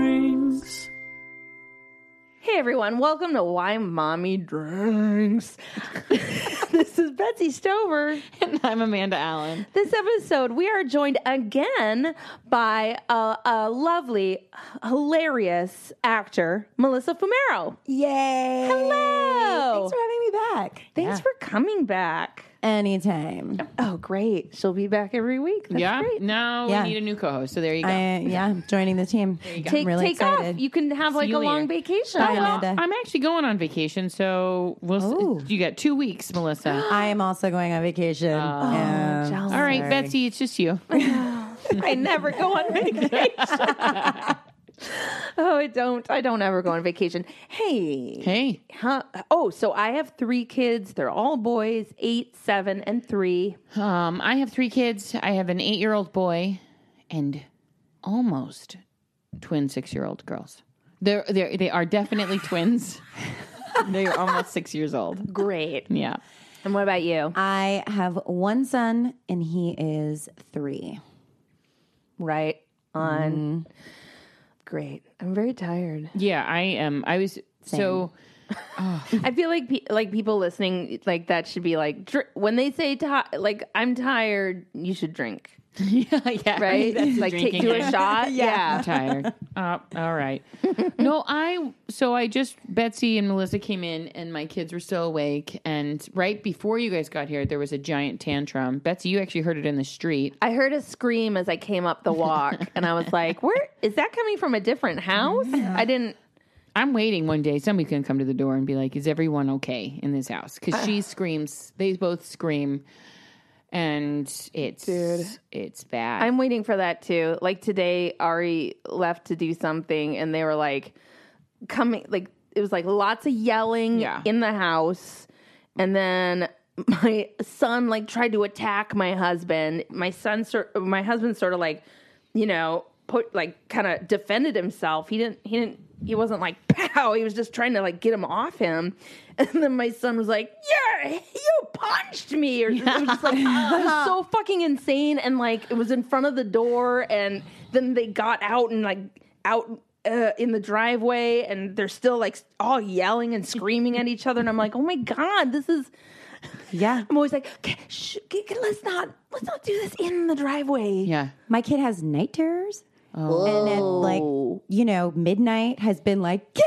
drinks. Hey everyone, welcome to Why Mommy Drinks. this is Betsy Stover. And I'm Amanda Allen. This episode, we are joined again by a, a lovely, hilarious actor, Melissa Fumero. Yay! Hello. Thanks for having me back. Thanks for coming back. Anytime. Oh, great. She'll be back every week. That's yeah. great. Now Yeah. we need a new co-host. So there you go. I, yeah, I'm joining the team. There you go. Take, I'm really take excited. off. You can have like a you long later. vacation. Bye, Oh, Amanda. I'm actually going on vacation, so we'll Oh. s- you got two weeks, Melissa. Uh, I am also going on vacation. Yeah. jealous. All right, Sorry. Betsy, it's just you. I never go on vacation. oh, I don't. I don't ever go on vacation. Hey. Hey, Huh? Oh, so I have three kids. They're all boys, eight, seven, and three. um, I have three kids. I have an eight-year-old boy and almost twin six-year-old girls. They're, they're they are definitely twins. they are almost six years old. Great. Yeah. And what about you? I have one son, and he is three. Right on. Great. I'm very tired. Yeah, I am. I was so I feel like pe- like people listening like that should be like dr- when they say ti like I'm tired, you should drink, yeah, yeah. right? That's like take drinking do it. a shot. yeah. I'm tired. Uh, all right. No, I. So I just Betsy and Melissa came in, and my kids were still awake. And right before you guys got here, there was a giant tantrum. Betsy, you actually heard it in the street. I heard a scream as I came up the walk, and I was like, "Where is that coming from? A different house?" I didn't. I'm waiting one day somebody can come to the door and be like, "Is everyone okay in this house?" Because she screams. They both scream, and it's it's bad. I'm waiting for that too. Like today, Ari left to do something, and they were like coming. Like it was like lots of yelling Yeah. in the house, and then my son like tried to attack my husband. My son, sort, my husband, sort of like you know put like kind of defended himself. He didn't. He didn't. He wasn't like pow. He was just trying to like get him off him. And then my son was like, "Yeah, you punched me," or it was just like "Oh, it was so fucking insane. And like it was in front of the door, and then they got out and like out. Uh, in the driveway, and they're still like all yelling and screaming at each other, and I'm like, "Oh my god, this is Yeah. I'm always like, "Okay, shh, g- g- let's not let's not do this in the driveway. yeah. My kid has night terrors. And at like, you know, midnight has been like, get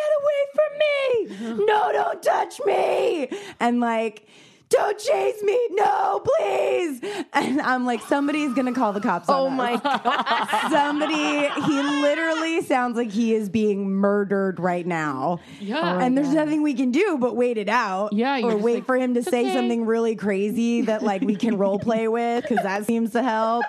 away from me. No, don't touch me. And like, don't chase me. No, please. And I'm like, somebody's going to call the cops. Oh on us. my god. Somebody, he literally sounds like he is being murdered right now. Yeah. and there's nothing we can do but wait it out. Yeah, you're Or just wait like, for him to "It's say okay." something really crazy that like we can role play with because that seems to help.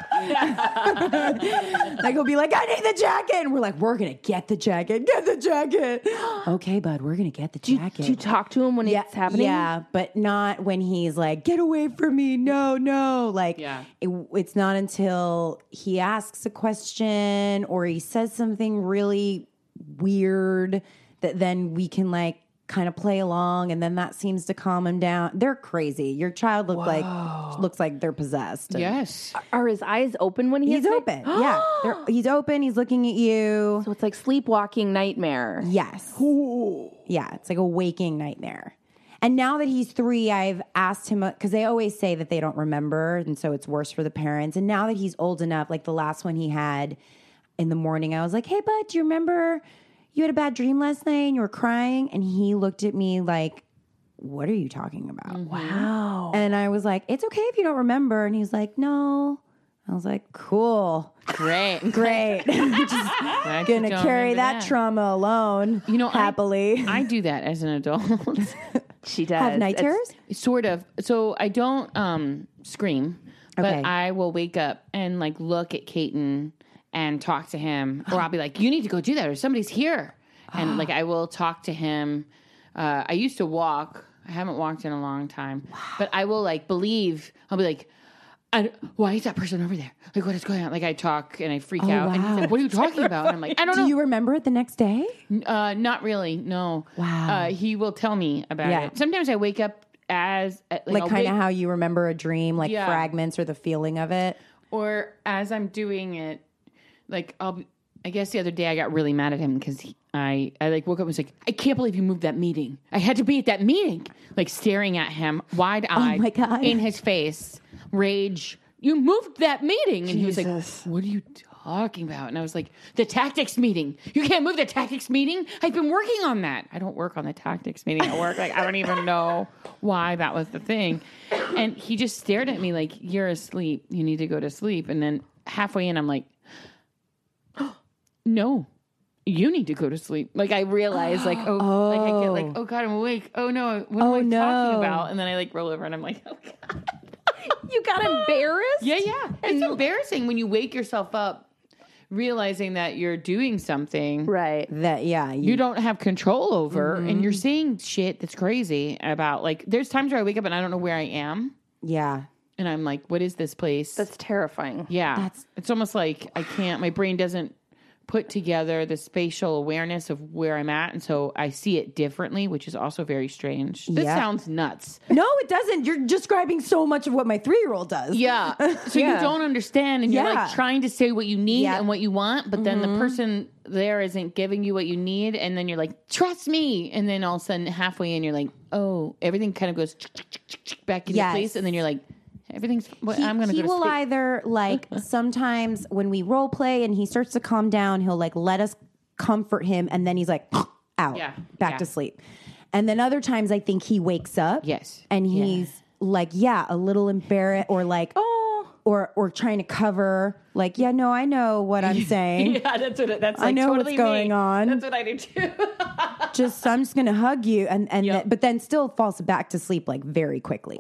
like he'll be like, I need the jacket. And we're like, we're going to get the jacket. Get the jacket. okay, bud, we're going to get the jacket. Do you talk to him when yeah, it's happening? yeah, but not when he's like, "Get away from me!" No, no. Like, Yeah. it, it's not until he asks a question or he says something really weird that then we can like kind of play along, and then that seems to calm him down. They're crazy. Your child look like looks like they're possessed. Yes. Are his eyes open when he he's has night- open. yeah, They're- he's open. He's looking at you. So it's like sleepwalking nightmare. Yes. Yeah, it's like a waking nightmare. And now that he's three, I've asked him because they always say that they don't remember, and so it's worse for the parents. And now that he's old enough, like the last one he had in the morning, I was like, "Hey, bud, do you remember you had a bad dream last night and you were crying?" And he looked at me like, "What are you talking about?" Mm-hmm. Wow. And I was like, "It's okay if you don't remember." And he's like, "No." I was like, "Cool, Great. great, just I'm gonna carry that, trauma alone." You know, I- happily. I do that as an adult. She does. have night It's- terrors? sort of so i don't um scream but Okay. i will wake up and like look at Caton and talk to him or i'll be like you need to go do that or somebody's here and like i will talk to him uh, i used to walk i haven't walked in a long time but i will like believe i'll be like I, why is that person over there? Like, what is going on? Like, I talk and I freak out. And he's Oh, wow. like, what are you talking about? And I'm like, I don't Do know. you remember it the next day? Uh, not really. No. Wow. Uh, he will tell me about Yeah. it. Sometimes I wake up as at- like, Like I'll kind of wake- how you remember a dream, like Yeah. fragments or the feeling of it. or as I'm doing it, like I'll be- I guess the other day I got really mad at him because I I like woke up and was like, I can't believe you moved that meeting. I had to be at that meeting, like staring at him wide eyed, Oh my God. in his face, rage. You moved that meeting, and he was Jesus. like, "What are you talking about?" And I was like, "The tactics meeting. You can't move the tactics meeting. I've been working on that. I don't work on the tactics meeting at work. Like I don't even know why that was the thing." And he just stared at me like, "You're asleep. You need to go to sleep." And then halfway in, I'm like no you need to go to sleep like i realize like oh, like i get like oh god i'm awake oh no what am i no. talking about and then i like roll over and i'm like oh god You got embarrassed? yeah yeah it's embarrassing when you wake yourself up realizing that you're doing something Right. That yeah, you don't have control over and you're seeing shit that's crazy about like there's times where i wake up and i don't know where i am yeah. and i'm like what is this place That's terrifying. Yeah. it's almost like I can't my brain doesn't put together the spatial awareness of where I'm at and so I see it differently, which is also very strange. This Yeah. sounds nuts. No, it doesn't. You're describing so much of what my three year old does. Yeah. So you Yeah. don't understand and you're Yeah. like trying to say what you need Yeah. Mm-hmm. and what you want, but then the person there isn't giving you what you need and then you're like, "Trust me." And then all of a sudden halfway in you're like, "Oh, everything kind of goes back into Yes. place." And then you're like, "Everything's well, He, I'm going he go to will sleep." either like sometimes when we role play and he starts to calm down, he'll like let us comfort him and then he's like out Yeah. back Yeah. to sleep. And then other times I think he wakes up. Yes. And Yeah. he's like, yeah, a little embarrassed or like Oh. or or trying to cover like, yeah, no, I know what I'm saying. yeah, that's what it, that's I like know what's totally me. going on. That's what I do too. Just I'm just gonna hug you and and Yeah. th- but then still falls back to sleep like very quickly.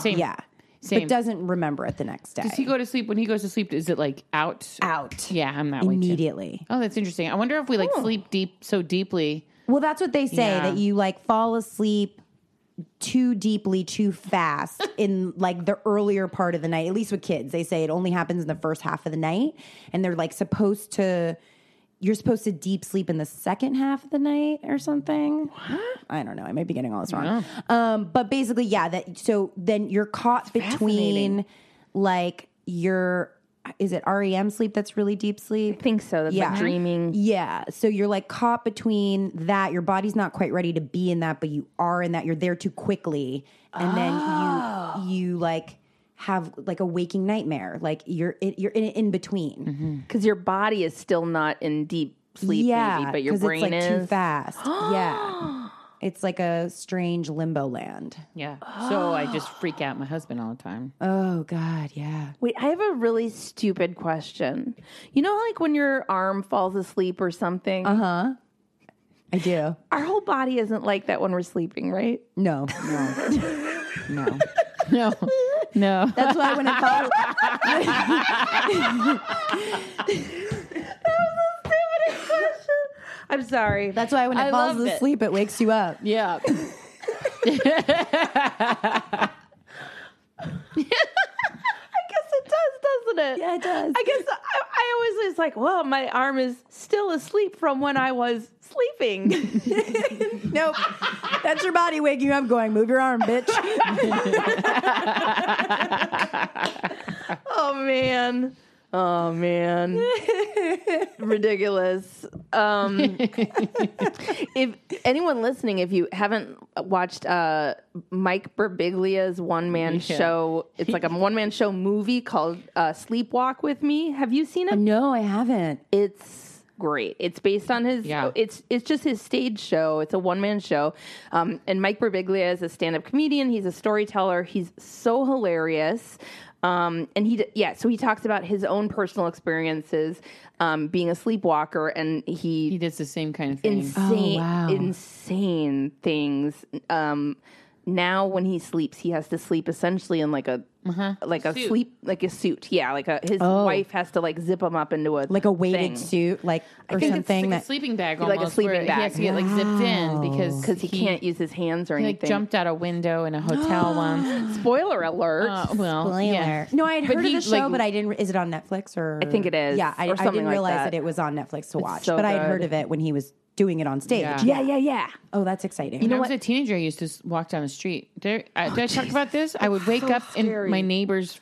Same. Yeah. Same. But doesn't remember it the next day. Does he go to sleep when he goes to sleep? Is it like out? out Yeah, I'm that way too. immediately. Oh, that's interesting. I wonder if we like sleep deep so deeply. Well, that's what they say Yeah. that you like fall asleep too deeply, too fast in like the earlier part of the night. At least with kids, they say it only happens in the first half of the night, and they're like supposed to. You're supposed to deep sleep in the second half of the night or something. I don't know. I might be getting all this wrong. Um, but basically, yeah. That so then you're caught between like your is it REM sleep that's really deep sleep? I think so. That's Yeah. like dreaming. Yeah. So you're like caught between that. Your body's not quite ready to be in that, but you are in that. You're there too quickly. And then you you like have like a waking nightmare. Like you're in, you're in in between. Because your body is still not in deep sleep, yeah. maybe, but your 'cause brain it's like is. too fast. yeah. It's like a strange limbo land. Yeah. So I just freak out my husband all the time. Oh God, yeah. Wait, I have a really stupid question. You know, like when your arm falls asleep or something? Uh-huh. I do. Our whole body isn't like that when we're sleeping, right? No. No. no. No. That's why when I fall I'm sorry. that's why when it I falls loved it. asleep it wakes you up. yeah. I guess it does, doesn't it? Yeah, it does. I guess I, I always was like, well, my arm is still asleep from when I was sleeping. Nope. That's your body waking you up going, move your arm, bitch. oh man. Oh man. Ridiculous. Um if anyone listening, if you haven't watched uh Mike Birbiglia's one man Yeah. show, it's like a one man show movie called uh Sleepwalk with Me. Have you seen it? no, I haven't. it's great. It's based on his. Yeah. It's it's just his stage show. It's a one man show. Um, and Mike Birbiglia is a stand up comedian. He's a storyteller. He's so hilarious. Um, and he d- yeah, so he talks about his own personal experiences um, being a sleepwalker, and He he, does the same kind of thing. Oh, insane Oh, wow. insane things. Um, now when he sleeps, he has to sleep essentially in like a. Like a Suit. sleep, like a suit, yeah. Like a his wife has to like zip him up into a Oh. Like a weighted thing. suit, like or I think it's something like that a sleeping bag Like a almost. sleeping where He has to get like zipped in because because he, can't use his hands or he, anything. like jumped out a window in a hotel once. Spoiler alert. Uh, well, yeah. No, I had But heard he, of the show, like, but I didn't. Is it on Netflix or? I think it is, Yeah, I, or I something didn't like realize that. that. it was on Netflix to watch, so but I had heard good. of it when he was doing it on stage. Yeah. yeah, yeah, yeah. Oh, that's exciting. You know, Oh, as a teenager, I used to s- walk down the street. There, I, did I talk about this? I would wake up in Oh my neighbor's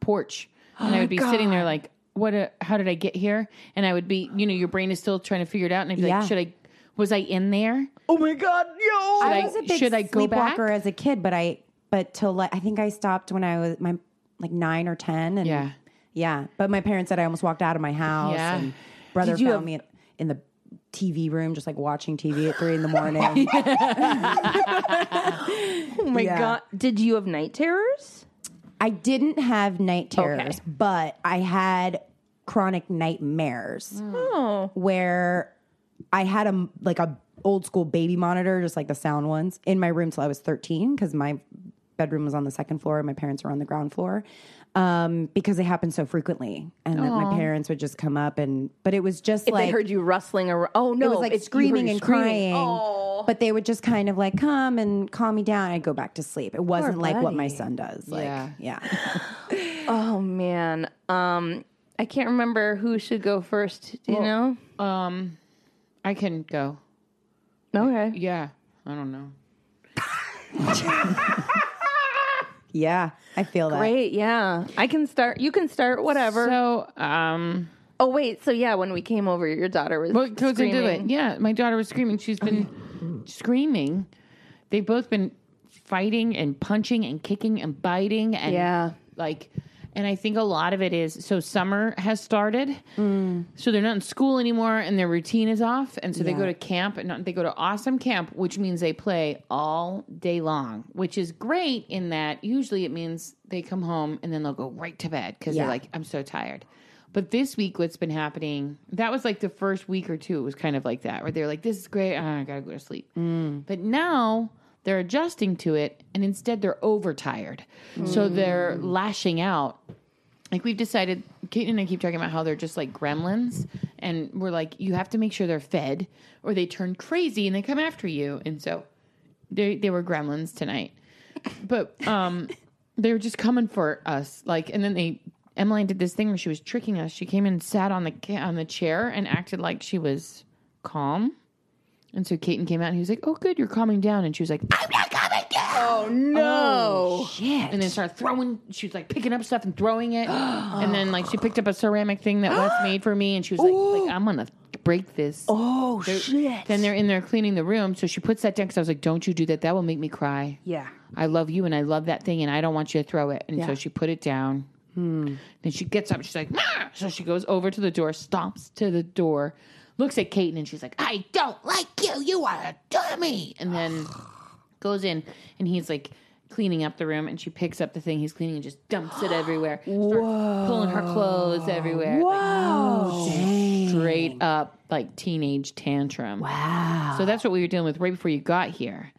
porch, and I would be sitting there like, what a, how did I get here? And I would be, you know, your brain is still trying to figure it out. And I'd be Yeah. like, should I, was I in there? Oh my god, yo! Should I I- was a big should I go back? sleepwalker as a kid, but I but till like I think I stopped when I was my like nine or ten, and Yeah. yeah. But my parents said I almost walked out of my house, Yeah. and brother Did you found have- me at- in the TV room, just like watching TV at three in the morning. Oh my Yeah. god, did you have night terrors? I didn't have night terrors, Okay. but I had chronic nightmares Oh, where I had a like a old school baby monitor, just like the sound ones, in my room till I was thirteen because my bedroom was on the second floor and my parents were on the ground floor um, because it happened so frequently and that my parents would just come up and but it was just if like they heard you rustling around. Oh no, it was like it's- you heard screaming you and screaming. crying. Oh. But they would just kind of like come and calm me down. I'd go back to sleep. It wasn't like what my buddy. son does. Like, Yeah. yeah. Oh man, um, I can't remember who should go first. Do you know? Um, I can go. Okay. Yeah. I don't know. Yeah. I feel that. Great, yeah. I can start. You can start. Whatever. So, um, oh wait, so yeah, when we came over, your daughter was what goes screaming. into it? Yeah. My daughter was screaming. She's been screaming. They've both been fighting and punching and kicking and biting and Yeah. like and i think a lot of it is so summer has started so they're not in school anymore and their routine is off and so they Yeah. go to camp and not- they go to awesome camp which means they play all day long which is great in that usually it means they come home and then they'll go right to bed because Yeah. they're like i'm so tired but this week what's been happening that was like the first week or two it was kind of like that where they're like this is great Ah, i gotta go to sleep but now they're adjusting to it and instead they're overtired. So they're lashing out. Like we've decided, Kate and I keep talking about how they're just like gremlins. And we're like, you have to make sure they're fed or they turn crazy and they come after you. And so they, they were gremlins tonight. But um, they were just coming for us. Like, and then they, Emmeline did this thing where she was tricking us. She came and sat on the ca- on the chair and acted like she was calm. And so Kaiten came out and he was like, "Oh, good, you're calming down." And she was like, "I'm not calming down." Oh, Oh no. Shit. And then started throwing. She was like picking up stuff and throwing it. and then like she picked up a ceramic thing that Wes made for me, and she was like, like, "I'm gonna break this." Oh shit. Then they're in there cleaning the room, so she puts that down because I was like, "Don't you do that? That will make me cry." yeah. I love you and I love that thing and I don't want you to throw it. And so she put it down. Then she gets up. She's like, "Ah!" so she goes over to the door, stomps to the door, looks at Kaiten, and she's like, I don't like you. You are a dummy. And then goes in and he's like cleaning up the room and she picks up the thing he's cleaning and just dumps it everywhere. Starts pulling her clothes everywhere. Whoa. straight up like teenage tantrum. Wow. So that's what we were dealing with right before you got here.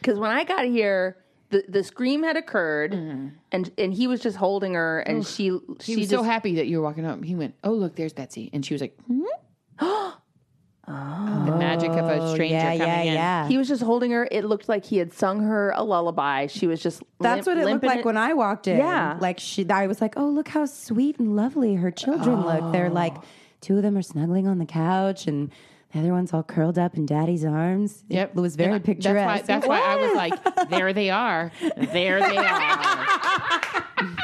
Because when I got here, the, the scream had occurred, and and he was just holding her, and she Mm-hmm. He she just was so happy that you were walking up. He went, "Oh, look, there's Betsy," and she was like, hmm? "The magic of a stranger Oh, yeah, coming yeah, in." yeah. he was just holding her. It looked like he had sung her a lullaby. She was just That's lim- what it looked limping like when I walked in. Yeah. Like she I was like, "Oh, look how sweet and lovely her children look." Oh. They're like two of them are snuggling on the couch and the other one's all curled up in daddy's arms. Yep, It was very And I- picturesque. That's why, that's why I was like, "There they are, there they are."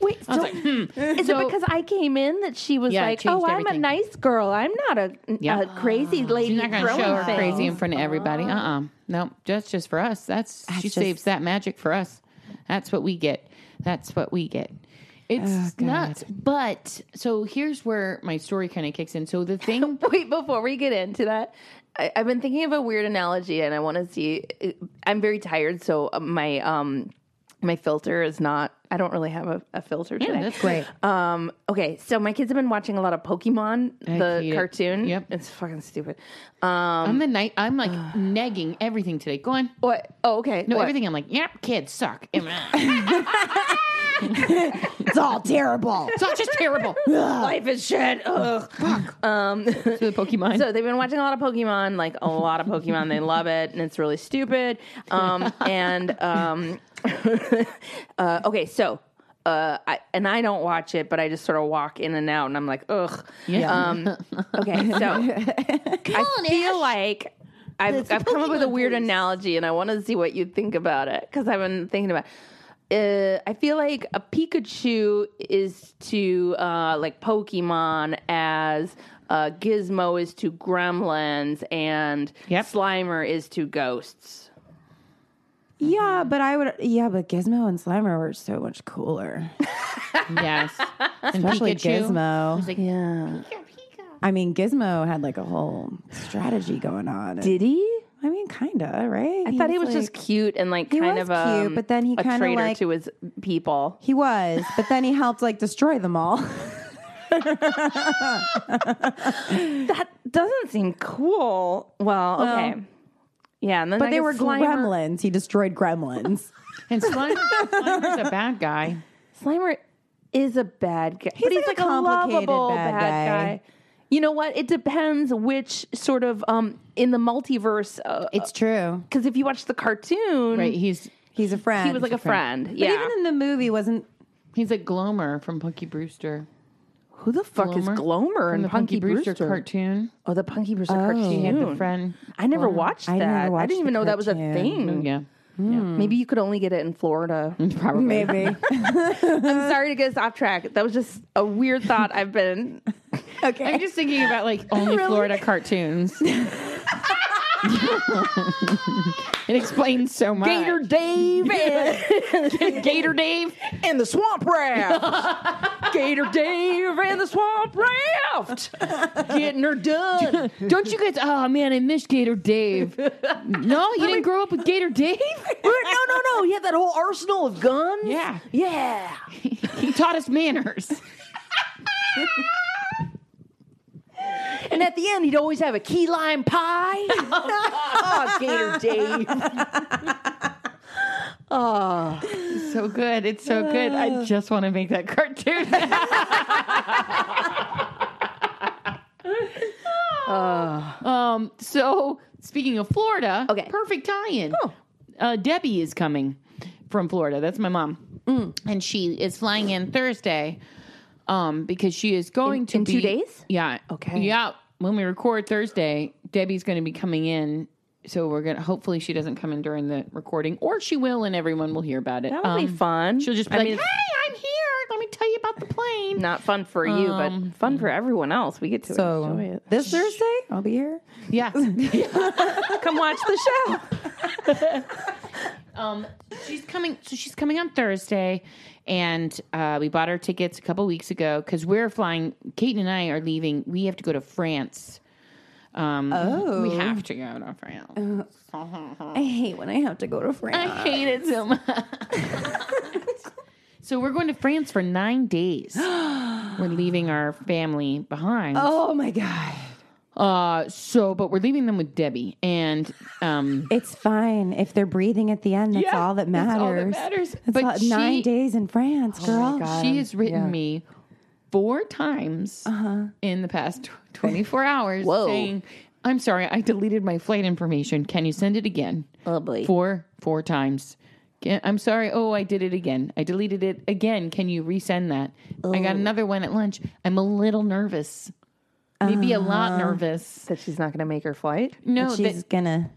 Wait, so, is it because I came in that she was hmm. Yeah, it like, changed "Oh, I'm everything. a nice girl. I'm not a, Yeah. a crazy lady." She's not going to throwing show her things." crazy in front of everybody. Uh, uh no, that's just for us. That's, she Oh. just- saves that magic for us. That's what we get. That's what we get. It's Oh, nuts. But so here's where my story kind of kicks in. So the thing Wait, before we get into that, I, I've been thinking of a weird analogy, and I want to see. I'm very tired, so uh, my um my filter is not. I don't really have a, a filter today. that's Great. Um, okay, so my kids have been watching a lot of Pokemon, hate the it. cartoon. Yep. it's fucking stupid. Um, I'm the night. I'm like negging everything today. Go on. what? Oh, okay. No, what? everything. I'm like, yep, kids suck. it's all terrible. it's all just terrible. Life is shit. Ugh. the Pokemon. So they've been watching a lot of Pokemon, like a lot of Pokemon. They love it, and it's really stupid. Um, and um, uh, okay, so. Uh, I, and I don't watch it, but I just sort of walk in and out, and I'm like, ugh. Yeah. Um, okay, so I feel like I've, I've come up with a weird analogy, and I want to see what you think about it because I've been thinking about. uh, I feel like a Pikachu is to uh, like Pokemon as uh, Gizmo is to Gremlins and Yep. Slimer is to ghosts. Yeah, but I would. Yeah, but Gizmo and Slimer were so much cooler. Yes. And Especially Pikachu. Gizmo. He's like, Yeah. I mean, Gizmo had like a whole strategy going on. Did he? I mean, kinda, right? I thought he was just cute and like He kind was of um, cute, but then he a kinda, traitor like- to his people. He was, but then he helped like destroy them all. That doesn't seem cool. Well, okay. Yeah, and then But I they guess were Slimer, gremlins. He destroyed gremlins. and Slimer, Slimer's a bad guy. Slimer is a bad guy, but He's he's like like, a a, complicated lovable bad bad, guy. guy. You know what? It depends which sort of um in the multiverse. it's true. Because if you watch the cartoon, Right. He's He's a friend. he was like a friend. But Yeah. even in the movie, wasn't he's like Glomer from Punky Brewster. Who the fuck Glomer? is Glomer From and the Punky, Punky, Brewster, Brewster? cartoon. oh, the Punky Brewster He had cartoon. the friend. I never watched that. I I, never watched didn't even the know that was a cartoon. thing. Mm, Yeah. Maybe you could only get it in Florida. Probably. maybe I'm sorry to get us off track. That was just a weird thought I've been. I'm just thinking about like only Florida cartoons. it explains so much. Gator Dave and, Gator Dave. and the Swamp Raft. Gator Dave and the Swamp Raft. Getting her done. Don't you guys? Oh man, I miss Gator Dave. No, you didn't grow up with Gator Dave. no, no, no. He had that whole arsenal of guns. Yeah. Yeah. He taught us manners. And at the end, he'd always have a key lime pie. oh, Gator Dave. So good. It's so good. Ah. I just want to make that cartoon. um. So speaking of Florida, Ah. Okay. perfect tie-in. Uh, Debbie is coming from Florida. That's my mom, Mm. and she is flying in Thursday, um, because she is going In- to in two be- days? Yeah. Okay. Yeah. When we record Thursday, Debbie's going to be coming in. So we're gonna. Hopefully, she doesn't come in during the recording, or she will, and everyone will hear about it. That would be Um, fun. She'll just be I like, mean, it's "Hey, I'm here. Let me tell you about the plane." not fun for you, but fun for everyone else. We get to enjoy so. it. This Thursday, I'll be here. Yeah. Come watch the show. um, she's coming. So she's coming on Thursday, and uh, we bought our tickets a couple weeks ago because we're flying. Kate and I are leaving. We have to go to France. Um, oh, we have to go to France. Uh-huh. I hate when I have to go to France. I hate it so much. so we're going to France for nine days. we're leaving our family behind. Oh my god, Uh, so, but we're leaving them with Debbie, and um, it's fine if they're breathing at the end. That's all that matters. That's all that matters. It's but all- she, nine days in France, Oh girl. She has written me four times in the past tw- 24 hours Uh-huh. Whoa. saying, I'm sorry, I deleted my flight information. Can you send it again? Oh, boy. Four, four times. Can- I'm sorry. Oh, I did it again. I deleted it again. Can you resend that? I got another one at lunch. I'm a little nervous. Maybe a lot Uh-huh. nervous. That she's not going to make her flight. No, that She's gonna like,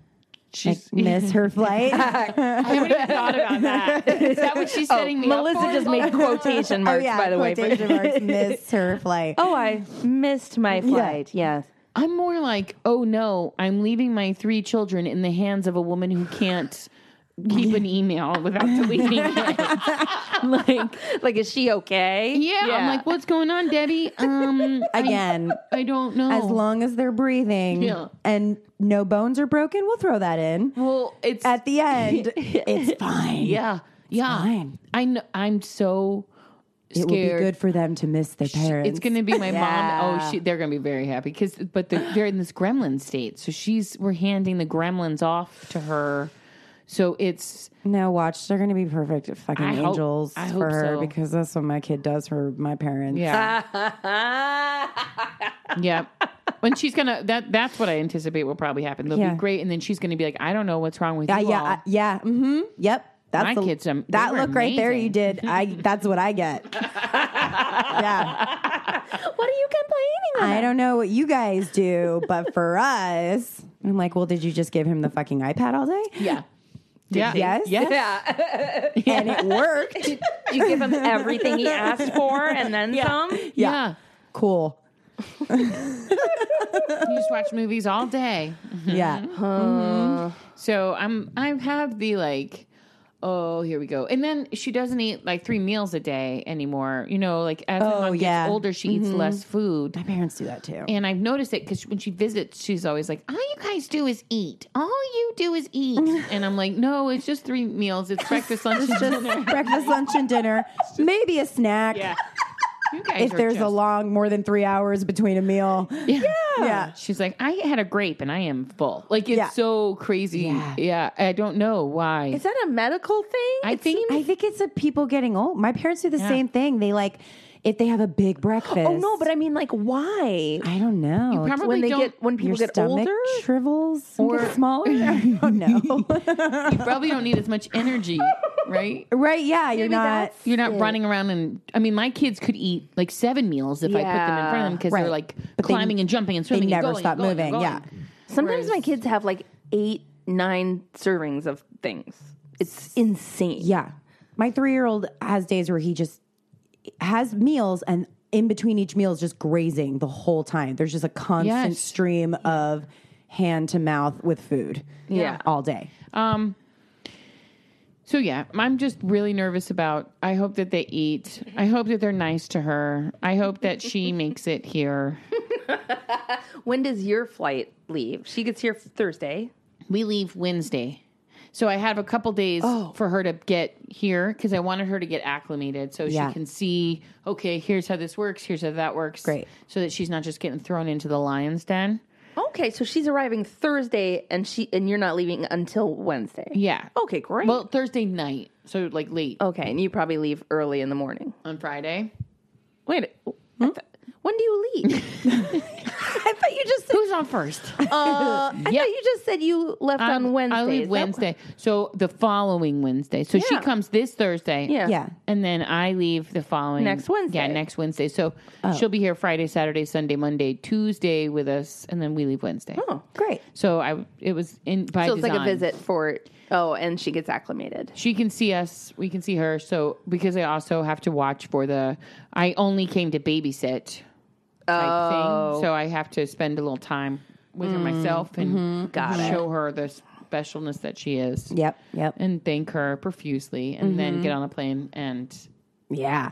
she's- miss her flight. I haven't even thought about that. Is that what she's setting me up Oh, Melissa for? just made Oh, quotation marks, by the way. for- Oh, quotation marks, miss her flight. oh, I missed my flight. Yes. I'm more like, oh no, I'm leaving my three children in the hands of a woman who can't keep an email without deleting it. like, Like, is she okay? yeah, I'm like, what's going on, Debbie? Um, I- Again, I, don't know. as long as they're breathing Yeah. and no bones are broken, we'll throw that in. well, it's At the end, it's fine. yeah, yeah. fine. I know. I'm so it will be scared. good for them to miss their parents. It's going to be my mom. Yeah. Oh, she, they're going to be very happy because, but they're, they're in this gremlin state. So she's, we're handing the gremlins off to her. So it's, No, watch. They're going to be perfect fucking I hope- angels I for hope her so. because that's what my kid does for my parents. yeah. Ah. Yeah. When she's gonna that that's what I anticipate will probably happen. They'll Yeah. be great, and then she's gonna be like, I don't know what's wrong with Yeah, you Uh, yeah, all. I- yeah. Mm-hmm. Yep. That's My the, kids, um, they that were look right there. amazing. You did. I. That's what I get. yeah. what are you complaining I about? don't know what you guys do, but for us, I'm like, well, did you just give him the fucking iPad all day? yeah. yeah. Yes? Yes. Yeah. and it worked. you give him everything he asked for and then some. Yeah. Cool. You just watch movies all day. Hmm. Yeah. So I'm I have the like, oh here we go. And then she doesn't eat like three meals a day anymore. You know, like as my Oh, mom yeah. Mm-hmm. gets older, she eats less food. My parents do that too. And I've noticed it because when she visits, she's always like, "All you guys do is eat. All you do is eat." and I'm like, "No, it's just three meals. It's breakfast, lunch, and dinner. Breakfast, lunch, and dinner. Maybe a snack. Yeah, you guys. If are there's a just- long, more than three hours between a meal. yeah. Yeah. She's like, I had a grape and I am full. Like it's Yeah. so crazy. Yeah. Yeah. I don't know why. Is that a medical thing? I think I think it's a people getting old. My parents do the Yeah. same thing. They like, if they have a big breakfast. Oh no, but I mean like why? I don't know. It's- probably When they don't- get when Your people get stomach older? shrivels or smaller. I don't know. you probably don't need as much energy, right? right? Yeah, you're not. You're not running around and I mean, my kids could eat like seven meals if I put them in front of them because Right. they're like But they- climbing and jumping and They swimming. and never going and stop going and moving. going. Yeah. Sometimes my Whereas- kids have like eight, nine servings of things. It's insane. Yeah. My three year old has days where he just has meals and in between each meal is just grazing the whole time. There's just a constant Yes. stream of hand to mouth with food. Yeah. All day. Um. So yeah, I'm just really nervous about. I hope that they eat. I hope that they're nice to her. I hope that she makes it here. When does your flight leave? She gets here Thursday. We leave Wednesday. So I have a couple days Oh. for her to get here because I wanted her to get acclimated so Yeah. she can see, okay, here's how this works, here's how that works. Great. So that she's not just getting thrown into the lion's den. Okay, so she's arriving Thursday and she and you're not leaving until Wednesday. Yeah. Oh. Okay, great. Well, Thursday night. So like late okay, and you probably leave early in the morning. on Friday. Wait. I th- when do you leave? I thought you just said, Who's on first? uh, I Yeah. thought you just said you left on Wednesday. I Is leave that- Wednesday. So the following Wednesday. So she Yeah. comes this Thursday. Yeah. Yeah. And then I leave the following Next Wednesday. Oh. Yeah, next Wednesday. So she'll be here Friday, Saturday, Sunday, Monday, Tuesday with us, and then we leave Wednesday. Oh. Great. So I it was in by So it's like a design. visit for oh, and she gets acclimated. She can see us, we can see her. So because I also have to watch for the I only came to babysit type Oh. thing. So I have to spend a little time with her Mm-hmm. myself and show her the specialness that she is. Yep. Yep. And thank her profusely and Mm-hmm. then get on a plane and Yeah.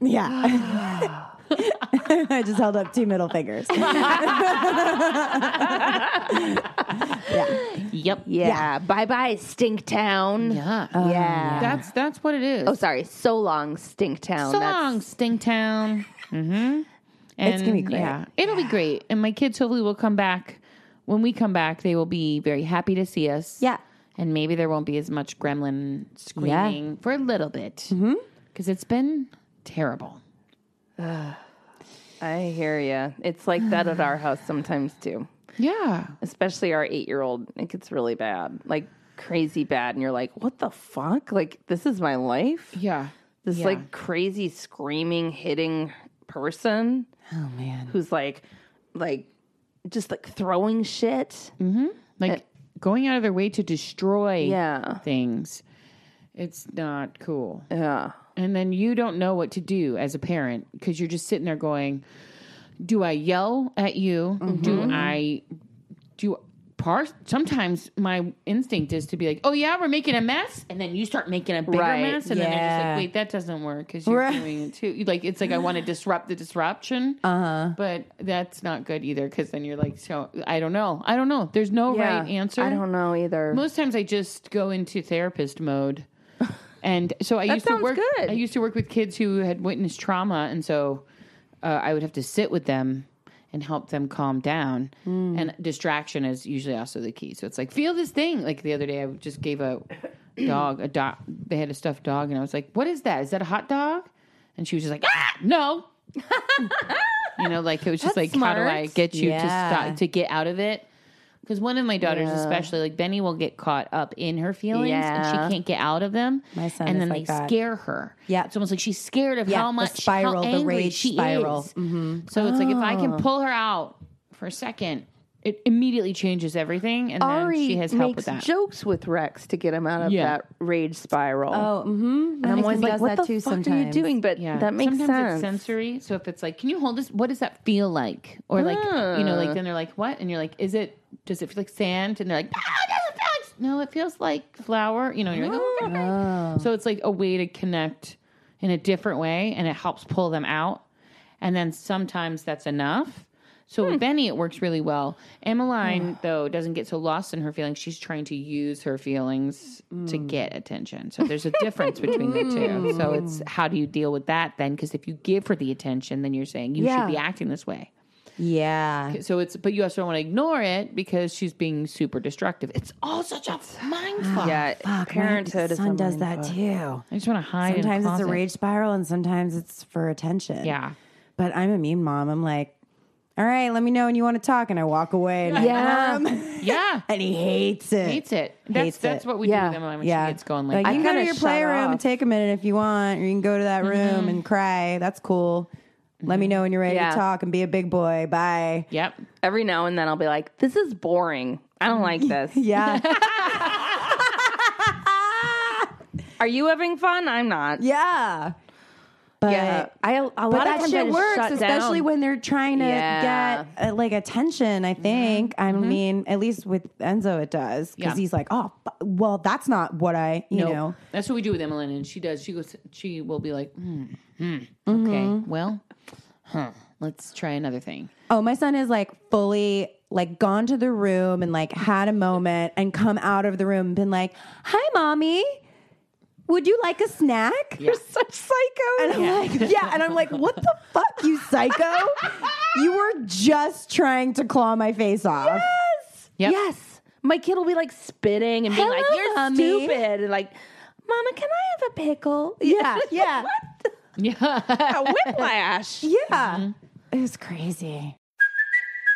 yeah. I just held up two middle fingers. Yep. Yeah. Bye bye, Stink Town. Yeah. Uh, yeah. that's that's what it is. Oh, sorry. So long, Stink Town. so That's- long, Stinktown. mm-hmm. And It's gonna be great. Yeah, it'll be great. And my kids hopefully will come back. When we come back, they will be very happy to see us. Yeah. And maybe there won't be as much gremlin screaming for a little bit. Because Mm-hmm. it's been terrible. I hear ya. It's like that at our house sometimes too. Yeah. Especially our eight year old. It gets really bad, like crazy bad. And you're like, what the fuck? Like, this is my life? Yeah. This Yeah. like crazy screaming, hitting person Oh man. who's like, like, just like throwing shit. Like Uh, going out of their way to destroy Yeah. things. It's not cool. Yeah. And then you don't know what to do as a parent because you're just sitting there going, "Do I yell at you? Mm-hmm. Do I do par?" Sometimes my instinct is to be like, "Oh yeah, we're making a mess," and then you start making a bigger Right. mess, and then I'm just Yeah. like, "Wait, that doesn't work because you're Right. doing it too." You- Like it's like I want to disrupt the disruption, uh-huh. but that's not good either because then you're like, "So I don't know, I don't know. There's no Yeah. right answer. I don't know either. Most times I just go into therapist mode. And so I used to sounds work good. I used to work with kids who had witnessed trauma and so uh, I would have to sit with them and help them calm down. Hmm. And distraction is usually also the key. So it's like feel this thing. Like the other day I just gave a dog a dog they had a stuffed dog and I was like, "What is that? Is that a hot dog?" And she was just like, "Ah, no." you know, like it was just That's like how do I smart. get you to Yeah. stop to get out of it? Because one of my daughters, Yeah. especially, like Benny, will get caught up in her feelings Yeah. and she can't get out of them. My son and is then like they that. scare her. Yeah. it's almost like she's scared of Yeah, how the much spiral, how the angry rage she spiral. Mm-hmm. Oh. Is. So it's like if I can pull her out for a second, it immediately changes everything, and Ari then she has help makes with that. jokes with Rex to get him out of Yeah. that rage spiral. Oh, mm-hmm. and I'm always does like, what that the too fuck are you sometimes. doing? But yeah, that makes Sometimes sense. It's sensory, so if it's like, can you hold this? What does that feel like? Or like, Hmm. you know, like then they're like, what? And you're like, is it? Does it feel like sand? And they're like, no, it doesn't feel like. s- No, it feels like flour. You know, and you're like, oh, okay. so it's like a way to connect in a different way, and it helps pull them out. And then sometimes that's enough. So with Benny, it works really well. Emmeline, though, doesn't get so lost in her feelings. She's trying to use her feelings to get attention. So there's a difference between the two. So it's how do you deal with that then? Because if you give her the attention, then you're saying you Yeah. should be acting this way. Yeah. So it's, but you also don't want to ignore it because she's being super destructive. It's all such a mind Oh, fuck. yeah, Fuck, parenthood my is son a does mind that fuck. too. I just want to hide. in a Sometimes it's a closet. rage spiral, and sometimes it's for attention. Yeah. But I'm a mean mom. I'm like, all right, let me know when you want to talk, and I walk away. And Yeah. I ignore him. Yeah. and he hates it. Hates it. That's Hates that's it. what we do Yeah. with Emmeline when yeah, she gets going. like, Like, you can go I to kinda your shut playroom and off. take a minute if you want, or you can go to that room and cry. That's cool. Let me know when you're ready Yeah. to talk and be a big boy. Bye. yep. Every now and then I'll be like, this is boring. I don't like this. Yeah, Are you having fun? I'm not. yeah. But Yeah. I, a lot But of that times I shit just works, shut especially down. when they're trying to Yeah. Mm-hmm. get uh, like attention. I think. I mean, at least with Enzo, it does because Yeah. he's like, oh, fu- well, that's not what I, you Nope. know. That's what we do with Emmeline, and she does. She goes. She will be like, hmm, hmm, Mm-hmm. okay, well, huh, let's try another thing. Oh, my son is like fully like gone to the room and like had a moment and come out of the room and been like, hi, mommy. Would you like a snack? Yeah. such psycho. And I'm like, yeah. And I'm like, what the fuck, you psycho? you were just trying to claw my face off. Yep. Yes. My kid will be like spitting and being like, Hello, you're mommy." stupid. And like, Mama, can I have a pickle? Yeah, yeah. what? Yeah. A whiplash. Yeah. It was crazy.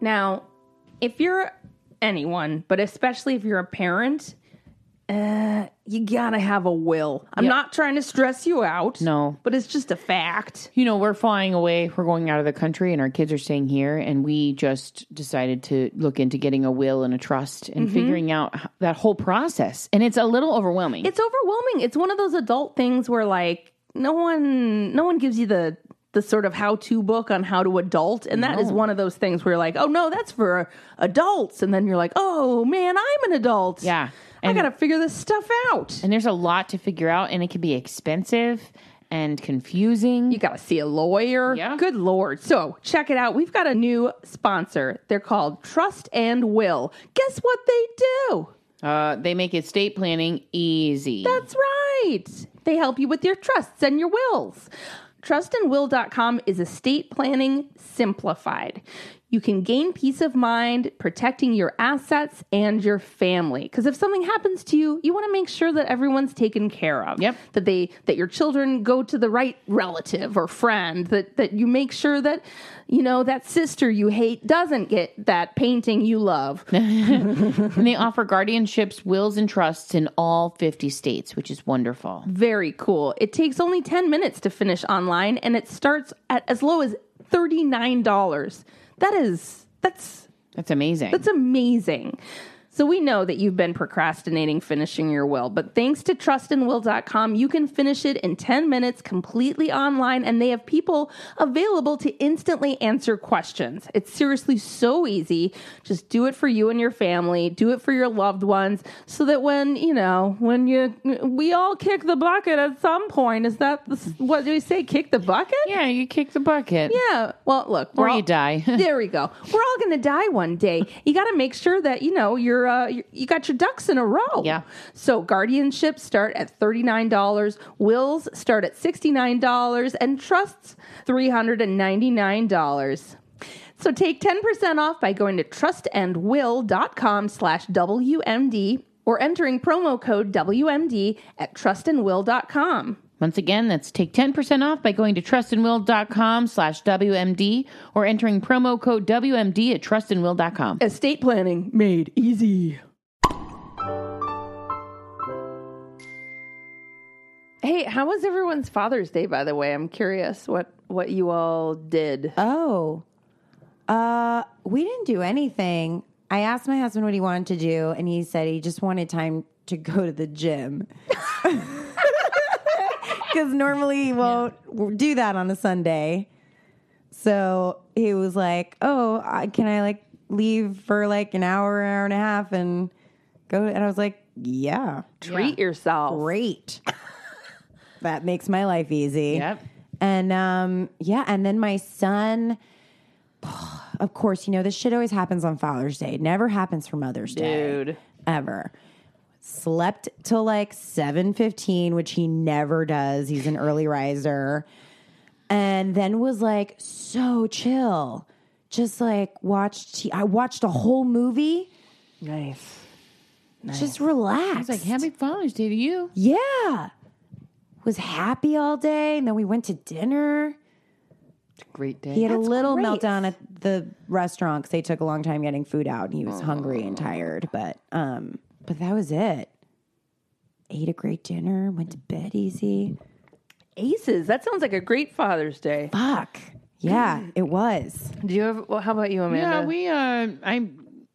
Now, if you're anyone, but especially if you're a parent, uh, you gotta have a will. I'm not trying to stress you out. No. But it's just a fact. you know, we're flying away, we're going out of the country, and our kids are staying here. And we just decided to look into getting a will and a trust and Mm-hmm. figuring out h- that whole process. And it's a little overwhelming. It's overwhelming. It's one of those adult things where like no one no one gives you the the sort of how to book on how to adult. And that is one of those things where you're like, oh no, that's for adults. And then you're like, oh man, I'm an adult. yeah. I gotta figure this stuff out. And there's a lot to figure out, and it can be expensive and confusing. You got to see a lawyer. Mm-hmm. Yeah. Good Lord. So check it out. We've got a new sponsor. They're called Trust and Will. Guess what they do? uh, they make estate planning easy. That's right. They help you with your trusts and your wills. Trustandwill.com is estate planning simplified. You can gain peace of mind protecting your assets and your family. Because if something happens to you, you want to make sure that everyone's taken care of. Yep. That they that your children go to the right relative or friend. That that you make sure that you know that sister you hate doesn't get that painting you love. And they offer guardianships, wills, and trusts in all 50 states, which is wonderful. Very cool. It takes only 10 minutes to finish online and it starts at as low as $39. That is that's That's amazing. that's amazing. So we know that you've been procrastinating finishing your will, but thanks to trustandwill.com, you can finish it in 10 minutes completely online and they have people available to instantly answer questions. It's seriously so easy. Just do it for you and your family, do it for your loved ones so that when, you know, when you we all kick the bucket at some point, is that the, what do we say kick the bucket? yeah, you kick the bucket. Yeah. Well, look, Or we're you all- die. there we go. We're all going to die one day. You got to make sure that you know you're, uh, you you got your ducks in a row. Yeah. So guardianships start at thirty nine dollars. Wills start at sixty nine dollars, and trusts three hundred and ninety nine dollars. So take 10% off by going to trustandwill.com slash WMD or entering promo code WMD at trustandwill.com. Once again, that's take 10% off by going to trustandwill.com slash WMD or entering promo code WMD at trustandwill.com. Estate planning made easy. Hey, how was everyone's Father's Day by the way? I'm curious what what you all did. Oh, uh, we didn't do anything. I asked my husband what he wanted to do, and he said he just wanted time to go to the gym. Because normally he won't do that on a Sunday. So he was like, Oh, I, can I like leave for like an hour, hour and a half and go? And I was like, Yeah, Treat yourself. great. that makes my life easy. Yep. And um, yeah, and then my son, of course, you know, this shit always happens on Father's Day. It never happens for Mother's Day. Dude. Ever. Slept till like 7.15, which he never does. He's an early riser. And then was like so chill. Just like watched, t- I watched a whole movie. Nice. Just relaxed. It's like, happy Father's Day to you. Yeah. Was happy all day. And then we went to dinner. Great day. He had a little great. meltdown at the restaurant because they took a long time getting food out and he was hungry and tired. But um, but that was it. Ate a great dinner, went to bed easy. Aces. That sounds like a great Father's Day. Fuck. Yeah, it was. Do you have well, how about you, Amanda? Yeah, we uh, I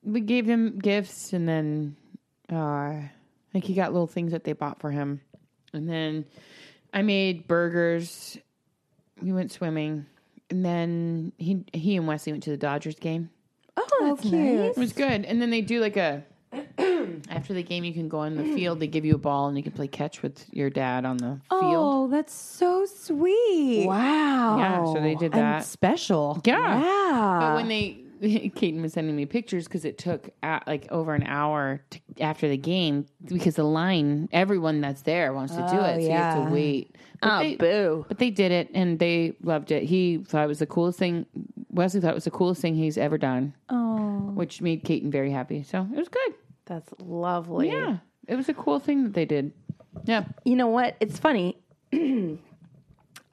we gave him gifts, and then uh, I think he got little things that they bought for him, and then I made burgers. We went swimming, and then he he and Wesley went to the Dodgers game. oh, that's cute. It was good, and then they do like a. After the game, you can go on the field. They give you a ball, and you can play catch with your dad on the field. Oh, that's so sweet. Wow. Yeah, so they did that. And special. yeah, Wow. But when they, Caden was sending me pictures because it took uh, like over an hour to, after the game because the line, everyone that's there wants to do it, so you have yeah. to wait. But Oh, they, boo. But they did it and they loved it. He thought it was the coolest thing. Wesley thought it was the coolest thing he's ever done. Oh, which made Caden very happy. So it was good. That's lovely. Yeah, it was a cool thing that they did. Yeah, you know what? It's funny.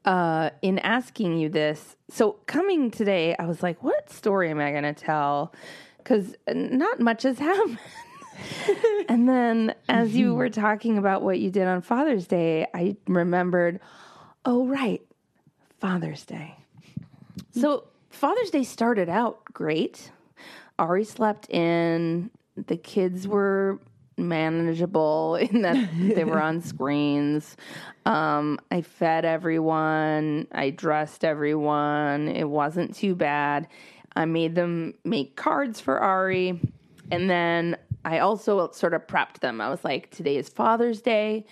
uh, in asking you this, so coming today, I was like, what story am I going to tell? Because not much has happened. and then as you were talking about what you did on Father's Day, I remembered, oh, right, Father's Day. So Father's Day started out great. Ari slept in. The kids were manageable in that they were on screens. Um, I fed everyone. I dressed everyone. It wasn't too bad. I made them make cards for Ari. And then I also sort of prepped them. I was like, today is Father's Day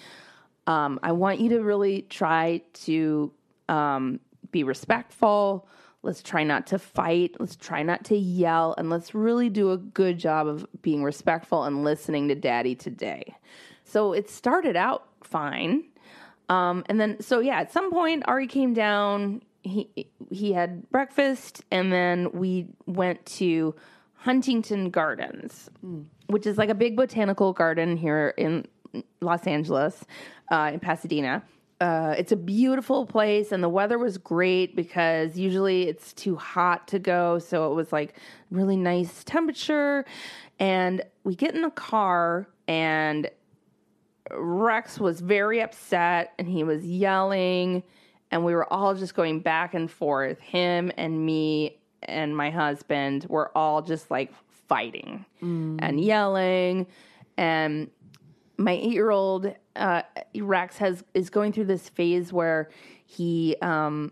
um, I want you to really try to um, be respectful. Let's try not to fight. Let's try not to yell. And let's really do a good job of being respectful and listening to daddy today. So it started out fine. Um, and then, so yeah, at some point, Ari came down. he he had breakfast, and then we went to Huntington Gardens, which is like a big botanical garden here in Los Angeles, uh, in Pasadena. Uh, it's a beautiful place, and the weather was great because usually it's too hot to go. So it was like really nice temperature. And we get in the car, and Rex was very upset and he was yelling, and we were all just going back and forth. Him and me and my husband were all just like fighting and yelling. And my eight year old uh, Rex has is going through this phase where he um,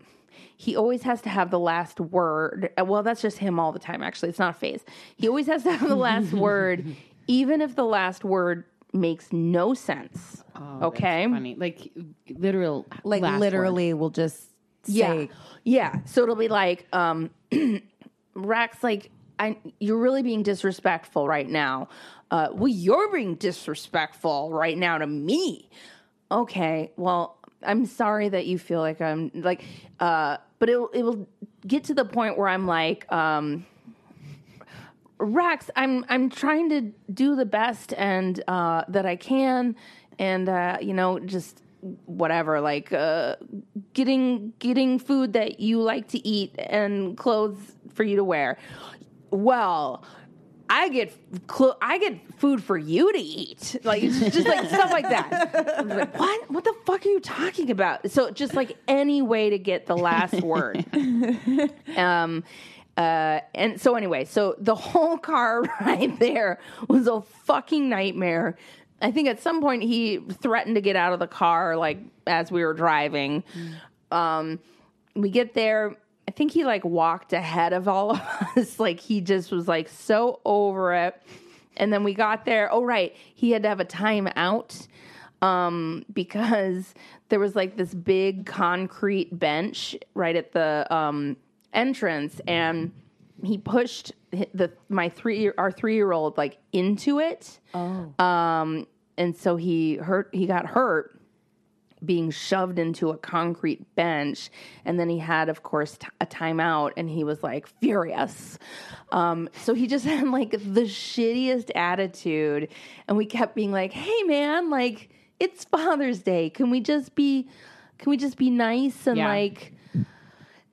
he always has to have the last word. Uh, Well, that's just him all the time. Actually, it's not a phase. He always has to have the last word, even if the last word makes no sense. okay. Funny, like literal, Like last word. literally, we'll just Yeah. say Yeah. So it'll be like, um, Rex, like, I, you're really being disrespectful right now. Uh, well, you're being disrespectful right now to me. Okay. Well, I'm sorry that you feel like I'm like, uh, but it, it will get to the point where I'm like, um, Rex, I'm I'm trying to do the best and uh, that I can, and uh, you know just whatever like uh, getting getting food that you like to eat and clothes for you to wear. Well, I get clo- I get food for you to eat, like it's just like stuff like that. I'm like, what? What the fuck are you talking about? So just like any way to get the last word. Um, uh, and so anyway, so the whole car ride there was a fucking nightmare. I think at some point he threatened to get out of the car, like as we were driving. Um, we get there. I think he like walked ahead of all of us. Like he just was like so over it. And then we got there. Oh right, he had to have a timeout um, because there was like this big concrete bench right at the um, entrance, and he pushed hi- the my three our three year old like into it. Oh, um, and so he hurt. He got hurt being shoved into a concrete bench. And then he had, of course, t- a timeout and he was like furious. Um, so he just had like the shittiest attitude. And we kept being like, hey, man, like it's Father's Day. Can we just be, can we just be nice and Yeah. like,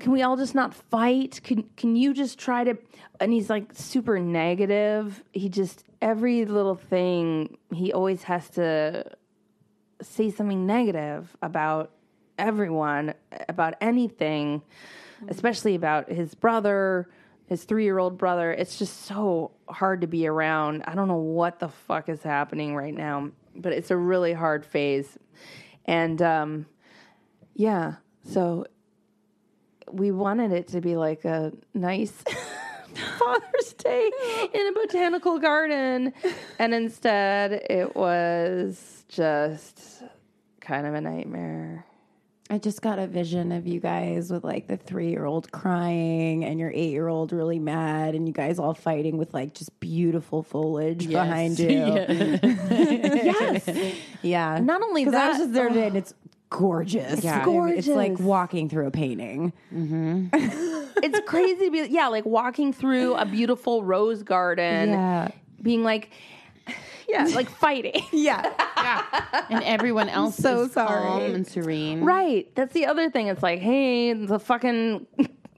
can we all just not fight? Can can you just try to and he's like super negative. He just every little thing he always has to say something negative about everyone, about anything, especially about his brother, his three year old brother. It's just so hard to be around. I don't know what the fuck is happening right now, but it's a really hard phase. And um, yeah, so we wanted it to be like a nice Father's Day in a botanical garden. And instead, it was just kind of a nightmare. I just got a vision of you guys with like the three year old crying and your eight year old really mad and you guys all fighting with like just beautiful foliage behind you. yes. Yeah. Not only 'Cause I was that- just there today and it's gorgeous. Yeah. It's like Gorgeous. walking through a painting. It's crazy to be, yeah, like walking through a beautiful rose garden, being like, yeah, like fighting. Yeah. and everyone else so is calm sorry. and serene. Right. That's the other thing. It's like, hey, the fucking,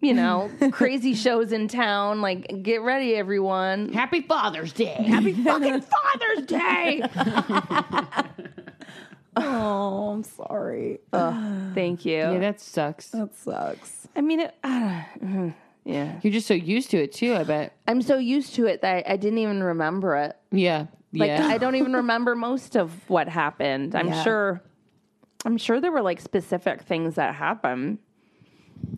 you know, crazy shows in town. Like, get ready, everyone. Happy Father's Day. Happy fucking Father's Day. oh, I'm sorry. Thank you. yeah, that sucks. That sucks. I mean, it, I don't- mm-hmm, yeah. You're just so used to it too. I bet. I'm so used to it that I didn't even remember it. Yeah. Like yeah. I don't even remember most of what happened. I'm Yeah. sure. I'm sure there were like specific things that happened.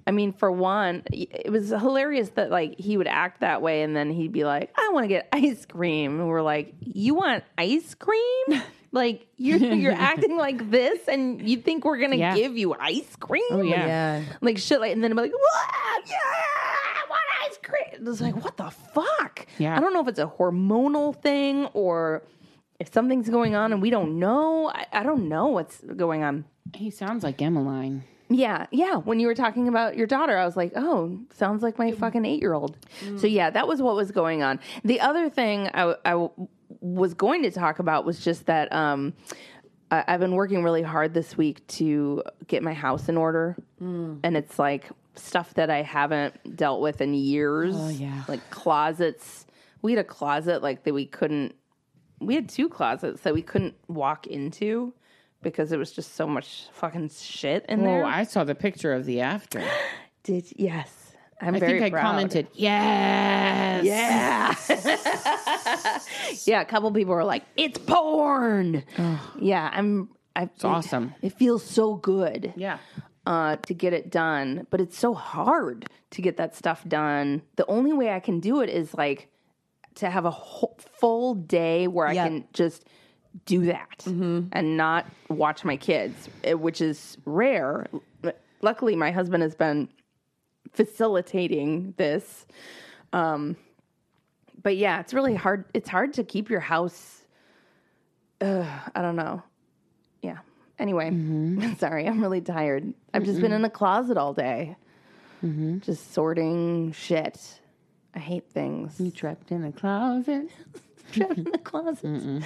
I mean, for one, y- it was hilarious that like he would act that way, and then he'd be like, "I want to get ice cream," and we're like, "You want ice cream? Like you're you're acting like this, and you think we're gonna Yeah. give you ice cream? Oh, yeah. Yeah. like shit like and then I'm like "Whoa, yeah I want ice cream it's like what the fuck Yeah. I don't know if it's a hormonal thing or if something's going on and we don't know I, I don't know what's going on He sounds like Emmeline. Yeah, yeah. When you were talking about your daughter, I was like, oh, sounds like my fucking eight year old. So, yeah, that was what was going on. The other thing I, w- I w- was going to talk about was just that um, I, I've been working really hard this week to get my house in order. And it's like stuff that I haven't dealt with in years. Oh, yeah. Like closets. We had a closet like that we couldn't we had two closets that we couldn't walk into because it was just so much fucking shit in Oh, there. I saw the picture of the after. Did yes. I'm I very think I proud. commented, yes. Yeah. yeah, a couple people were like, "It's porn." Yeah, I'm I It's awesome. It feels so good. Yeah. Uh, to get it done, but it's so hard to get that stuff done. The only way I can do it is like to have a whole, full day where I Yep. can just do that and not watch my kids, eh, which is rare. L- Luckily, my husband has been facilitating this. Um, but yeah, it's really hard. It's hard to keep your house. Ugh, I don't know. Yeah. Anyway, sorry, I'm really tired. I've just been in a closet all day, just sorting shit. I hate things. You trapped in a closet. trapped in the closet.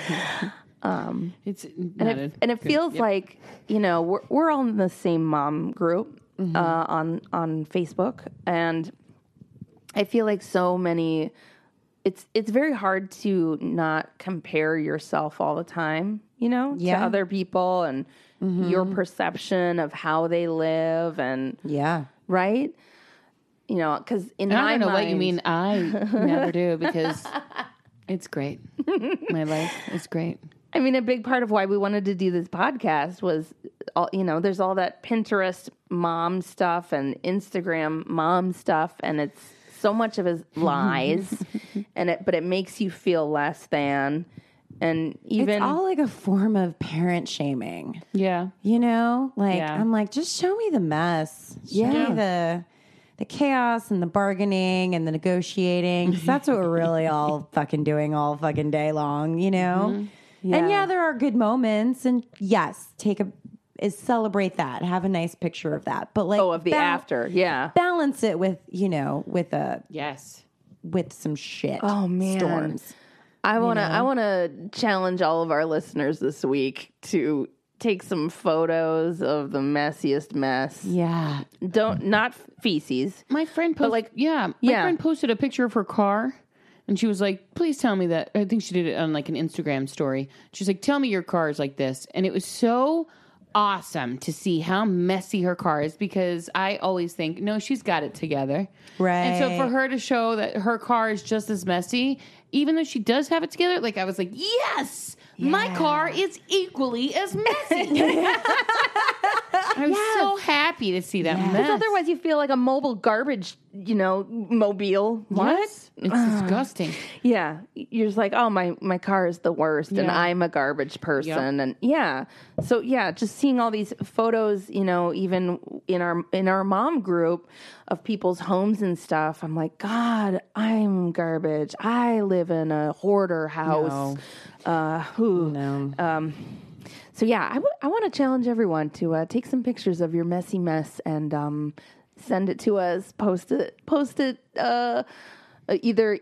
It's and it, and it feels like you know we're we're all in the same mom group Mm-hmm. uh, on on Facebook, and I feel like so many. It's it's very hard to not compare yourself all the time, you know, to Yeah. other people and Mm-hmm. your perception of how they live and Yeah. right. You know, because in And my I don't know mind, what you mean. I never do because it's great. My life is great. I mean, a big part of why we wanted to do this podcast was, all you know, there's all that Pinterest mom stuff and Instagram mom stuff, and it's so much of his lies, and it, but it makes you feel less than, and even it's all like a form of parent shaming. Yeah. You know, like Yeah. I'm like, just show me the mess. Show me the the chaos and the bargaining and the negotiating. 'cause that's what we're really all fucking doing all fucking day long. You know. And Mm-hmm. yeah, there are good moments, and yes, take a is celebrate that. Have a nice picture of that. But like, oh of the bal- after, yeah, balance it with you know with a Yes. with some shit. Oh, man. storms. I want to I want to challenge all of our listeners this week to take some photos of the messiest mess. Yeah. Don't not feces. My friend posted, like, yeah, my yeah. friend posted a picture of her car, and she was like, "Please tell me that." I think she did it on like an Instagram story. She's like, "Tell me your car is like this," and it was so awesome to see how messy her car is because I always think, "No, she's got it together," And so for Right. her to show that her car is just as messy, even though she does have it together, like I was like, "Yes." My car is equally as messy. I was so happy to see that mess. Otherwise, you feel like a mobile garbage, you know, mobile. Yes. It's disgusting. Yeah, you're just like, oh my, my car is the worst, and I'm a garbage person, and yeah. So yeah, just seeing all these photos, you know, even in our in our mom group of people's homes and stuff, I'm like, God, I'm garbage. I live in a hoarder house. Uh, who? So yeah, I want to challenge everyone to uh, take some pictures of your messy mess and um, send it to us. Post it. Post it. Uh, uh, either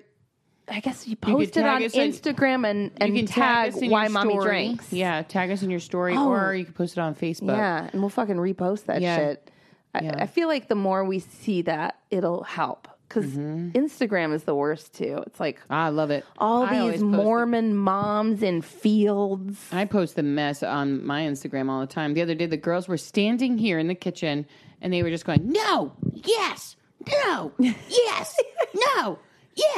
I guess you post it tag on us in- Instagram and and you can tag, tag, us in why your mommy story. drinks. Oh. Yeah, tag us in your story, or you can post it on Facebook. yeah, and we'll fucking repost that Yeah. shit. I, Yeah. I feel like the more we see that, it'll help because Instagram is the worst too. It's like I love it. all Mm-hmm. I always these post Mormon moms in fields. the- I post the mess on my Instagram all the time. The other day, the girls were standing here in the kitchen, and they were just going, "No, yes, no, yes, no."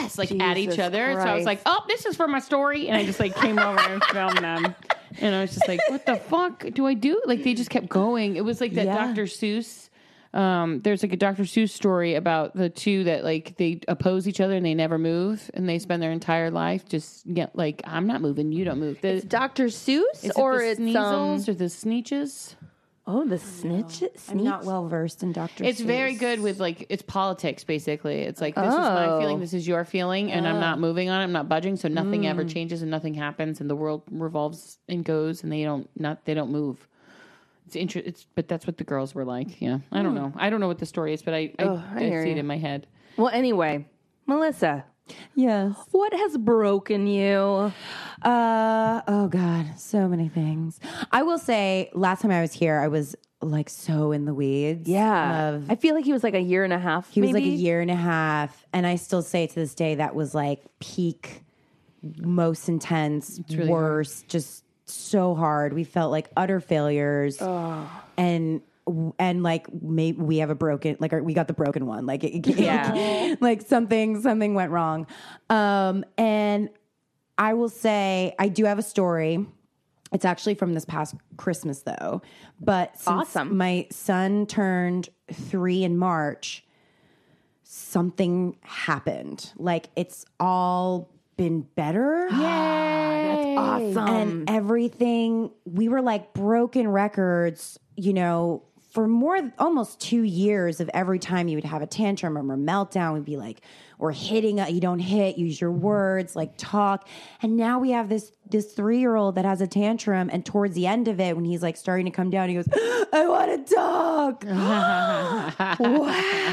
Yes, like at each Jesus other. So I was Christ. like, "Oh, this is for my story," and I just like came over and filmed them. And I was just like, "What the fuck do I do?" Like they just kept going. It was like that Dr. Seuss um, there's like a Dr. Seuss story about the two that like they oppose each other and they never move and they spend their entire life just yeah, like I'm not moving, you don't move. The, Dr. Seuss, is it or the it's um, Sneasels or the Sneeches. oh the snitch. I'm not well versed in Doctor. It's very good with like it's politics basically. It's like this is my feeling, this is your feeling, and I'm not moving on. I'm not budging, so nothing ever changes and nothing happens, and the world revolves and goes, and they don't not they don't move. It's inter- It's but that's what the girls were like. Yeah, I don't know. I don't know what the story is, but I I, Oh, I Hmm. I, hear see it you. in my head. Well, anyway, Melissa, Yes. what has broken you? Uh oh god, so many things. I will say last time I was here I was like so in the weeds. Of, I feel like he was like a year and a half. he was like a maybe. year and a half and I still say to this day that was like peak most intense, worst, just so hard. We felt like utter failures. And and like maybe we have a broken like we got the broken one like it, Yeah. like something something went wrong um and I will say I do have a story. It's actually from this past Christmas though. But since Awesome. my son turned 3 in March, something happened. Like it's all been better. Awesome. And everything, we were like broken records, you know, for more th- almost two years of every time you would have a tantrum or a meltdown, we'd be like, or hitting, a, you don't hit, use your words, like talk. And now we have this this three year old that has a tantrum, and towards the end of it, when he's like starting to come down, he goes, "I want to talk." wow.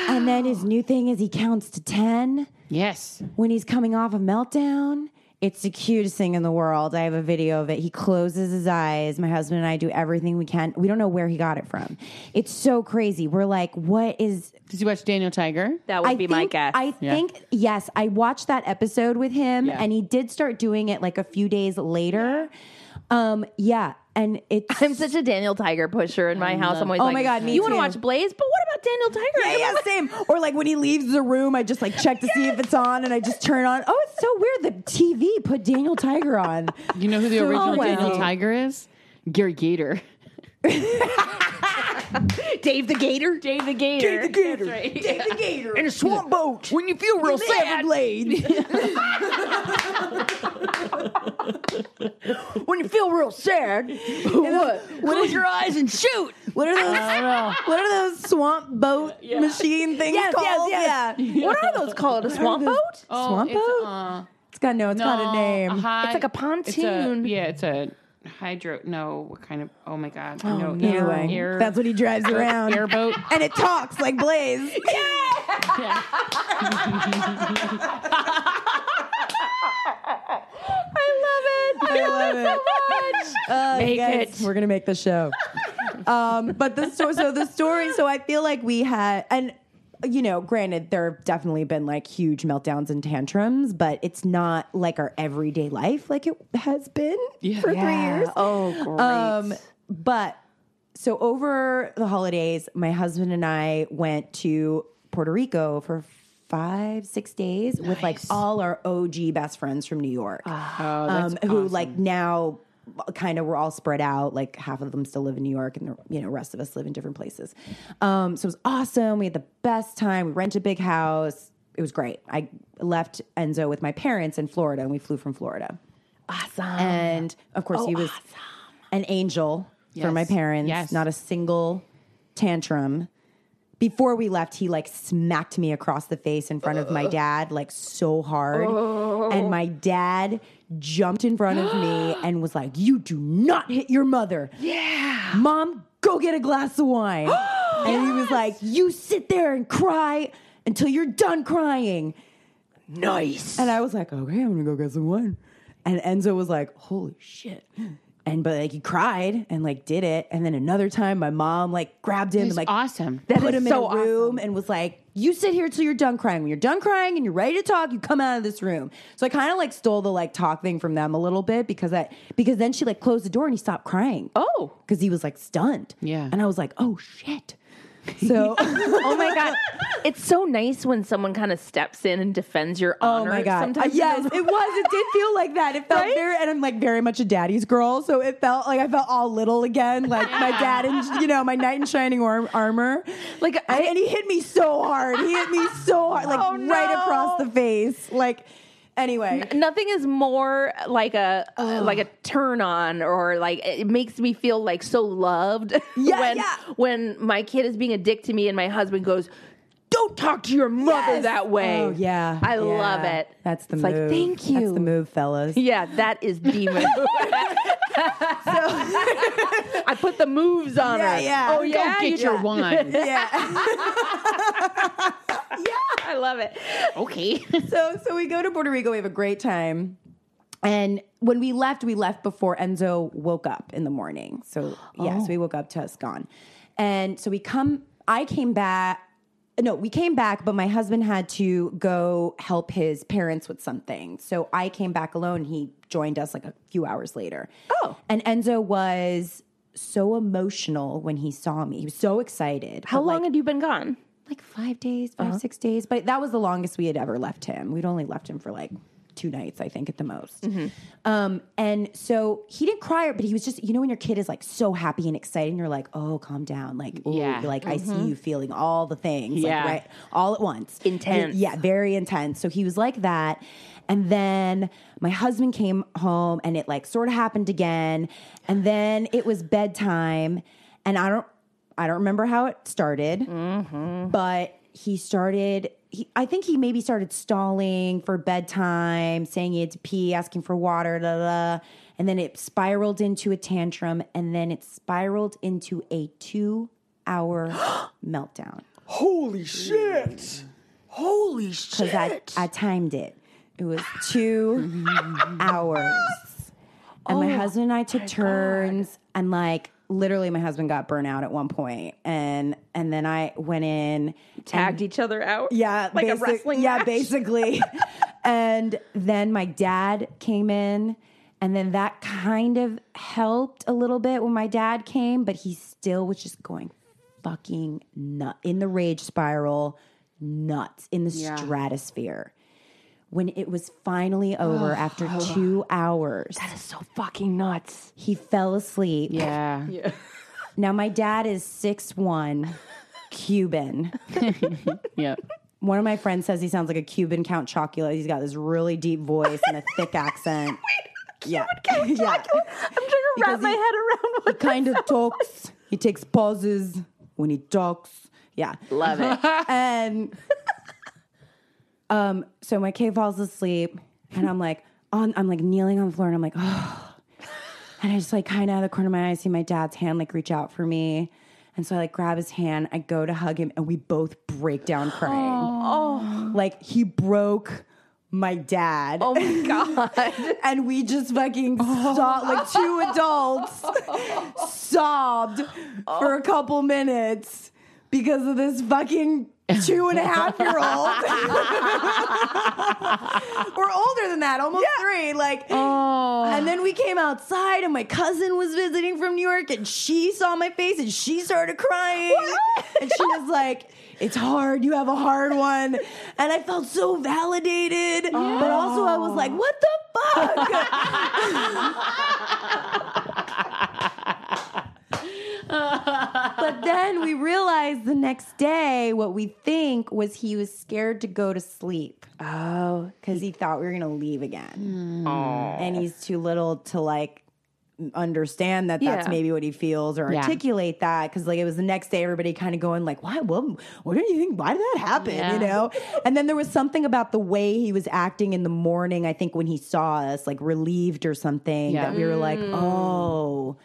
And then his new thing is he counts to ten Yes. when he's coming off a meltdown. It's the cutest thing in the world. I have a video of it. He closes his eyes. My husband and I do everything we can. We don't know where he got it from. It's so crazy. We're like, what is. Did you watch Daniel Tiger? that would I be think, my guess. I think, yes, I watched that episode with him Yeah. and he did start doing it like a few days later. Um, yeah. And it's. I'm such a Daniel Tiger pusher in my house. I'm always Oh like, my God, me you want to too. watch Blaze? But what about Daniel Tiger? Yeah, yeah, same. Or like when he leaves the room, I just like check to see if it's on, and I just turn on. Oh, it's so weird. The TV put Daniel Tiger on. You know who the original well. Daniel Tiger is? Gary Gator. Dave the Gator. Dave the Gator. Dave the Gator. in a swamp boat. When you feel real sad, When you feel real sad, what? Close your eyes and shoot. What are those? what are those swamp boat machine things Yes, yes, called? yes. Yeah, What are those called? A swamp boat? swamp it's, boat. uh, it's got no. It's no, got a name. hy- It's like a it's a- pontoon. yeah, it's a hydro. No, what kind of? Oh my god. no, Anyway, air- that's what he drives around. airboat. and it talks like Blaze. I love it. I love it so much. Uh, Make guys, it. We're gonna make the show. um, but the so, so the story. So I feel like we had, and you know, granted, there have definitely been like huge meltdowns and tantrums, but it's not like our everyday life like it has been for three years. Oh, great. Um, but so over the holidays, my husband and I went to Puerto Rico for five, six days with like all our OG best friends from New York, um, who like now kind of were all spread out. Like half of them still live in New York, and the you know rest of us live in different places. Um, so it was awesome. We had the best time. We rented a big house. It was great. I left Enzo with my parents in Florida, and we flew from Florida. And of course, he was an angel for my parents. Oh, Yes. Not a single tantrum. Before we left, he like smacked me across the face in front of Uh. my dad, like so hard. And my Oh. dad jumped in front of me and was like, You do not hit your mother. Yeah. Mom, go get a glass of wine. and he was like, You sit there and cry until you're done crying. nice. And I was like, okay, I'm gonna go get some wine. And Enzo was like, holy shit. And but like he cried and like did it. And then another time my mom like grabbed him and It's like awesome. put him so in a room and was like, you sit here till you're done crying. When you're done crying and you're ready to talk, you come out of this room. So I kind of like stole the like talk thing from them a little bit because I because then she like closed the door and he stopped crying. Oh. Because he was like stunned. Yeah. And I was like, oh shit. So Oh my god, it's so nice when someone kind of steps in and defends your Oh honor. my god! Sometimes Uh, in yes, those- it was. It did feel like that. It felt very, and I'm like very much a daddy's girl, so it felt like I felt all little again, like my dad and you know my knight in shining arm- armor. Like, and, and he hit me so hard. He hit me so hard, like Oh, right no. across the face. Like anyway, Nothing is more like a like a turn on or like it makes me feel like so loved Yeah, when yeah. when my kid is being a dick to me and my husband goes, "Don't talk to your mother Yes. that way." Oh yeah, I yeah. love it. That's the It's move. like thank you. That's the move, fellas. Yeah, that is demon. I put the moves on Yeah, her. yeah. Oh, Go yeah. Go get You- your wine. Yeah. I love it. okay. so so we go to Puerto Rico, we have a great time. And when we left, we left before Enzo woke up in the morning. So yes, we woke up to us gone. And so we come I came back no, we came back, but my husband had to go help his parents with something. So I came back alone. He joined us like a few hours later. Oh. And Enzo was so emotional when he saw me. He was so excited. How long had you been gone? like five days, 5 Uh-huh. six days. But that was the longest we had ever left him. We'd only left him for like two nights, I think, at the most. Mm-hmm. Um, and so he didn't cry, but he was just, you know, when your kid is like so happy and excited, and you're like, oh, calm down. Like, ooh, Yeah. Mm-hmm. like I see you feeling all the things, Yeah. like, right, all at once. Intense. And- yeah, very intense. So he was like that. And then my husband came home and it like sort of happened again. And then it was bedtime. And I don't I don't remember how it started but he started he, i think he maybe started stalling for bedtime saying he had to pee asking for water da, da, da. and then it spiraled into a tantrum and then it spiraled into a two hour meltdown Holy shit! Holy shit! because I, I timed it it was two hours and Oh, my husband and i took turns and like literally my husband got burnt out at one point and and then i went in Tagged each other out? Yeah, Like basic- a wrestling Yeah, match? basically. and then my dad came in, and then that kind of helped a little bit when my dad came, but he still was just going fucking nut in the rage spiral, nuts in the stratosphere. When it was finally over after two hours, So fucking nuts. he fell asleep. Yeah. Now my dad is six one, Cuban. Yep. One of my friends says he sounds like a Cuban Count Chocula. He's got this really deep voice and a thick accent. yeah. yeah. I'm trying to wrap Because my he- head around He what kind of talks. He takes pauses when he talks. Yeah. Love it. And um, so my kid falls asleep and I'm like on I'm like kneeling on the floor and I'm like, oh and I just like kinda out of the corner of my eye see my dad's hand like reach out for me. And so I like grab his hand, I go to hug him, and we both break down crying. Oh. Like he broke my dad. Oh my god. and we just fucking sobbed like two adults sobbed for a couple minutes because of this fucking two and a half year old or older than that, almost three. Like, and then we came outside, and my cousin was visiting from New York, and she saw my face, and she started crying, and she was like. It's hard. You have a hard one. And I felt so validated. But also, I was like, what the fuck? but then we realized the next day what we think was he was scared to go to sleep. Oh, because he thought we were gonna leave again, and he's too little to like understand that that's Yeah. maybe what he feels or articulate that because like it was the next day everybody kind of going like why what what do you think why did that happen you know and then there was something about the way he was acting in the morning i think when he saw us like relieved or something that we were like Mm. oh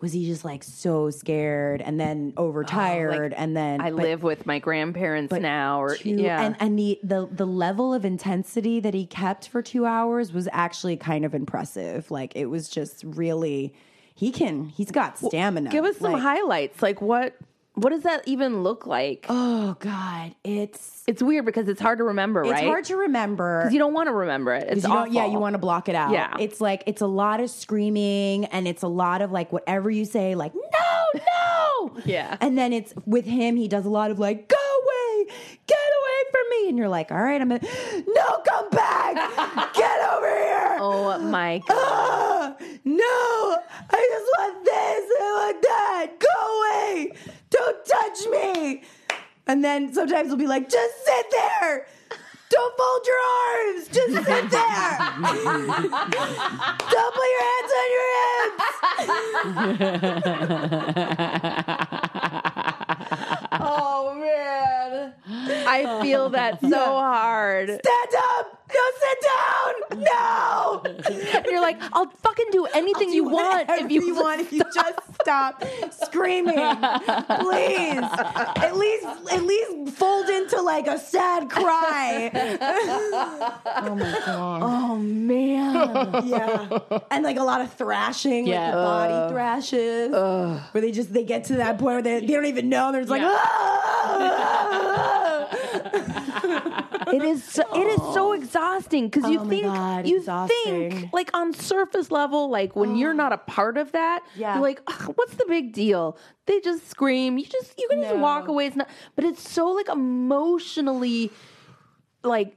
was he just like so scared and then overtired and then Oh, I but- live with my grandparents now. Or, two- yeah. and and the, the the level of intensity that he kept for two hours was actually kind of impressive. Like it was just really he can he's got stamina. Give us some Like, highlights. Like what? What does that even look like? Oh God, it's It's weird because it's hard to remember, it's right? hard to remember. 'Cause you don't want to remember it. It's you don't- awful. yeah, you want to block it out. Yeah. It's like it's a lot of screaming and it's a lot of like whatever you say, like, no, no. Yeah. And then it's with him, he does a lot of like, go away, get away from me. And you're like, all right, I'm gonna no, come back, get over here. Oh my god! Ah, no, I just want this, I want that. Go away. Don't touch me. And then sometimes we'll be like, just sit there. Don't fold your arms. Just sit there. Don't put your hands on your hips. Oh man, I feel that so hard. Stand up. no, sit down, no. And you're like, I'll fucking do anything you want if you, you want if you just stop screaming. Please, at least at least fold into like a sad cry. Oh man, Yeah, and like a lot of thrashing, Yeah. like the body thrashes, where they just they get to that point where they, they don't even know. They're just like, Yeah. "Ah!" it is so, it is so exhausting because you Oh my think God, you exhausting. Oh. think like on surface level, like when you're not a part of that, Yeah. you're like, "Ugh, what's the big deal? They just scream. You just you can just walk away. It's not, but it's so like emotionally, like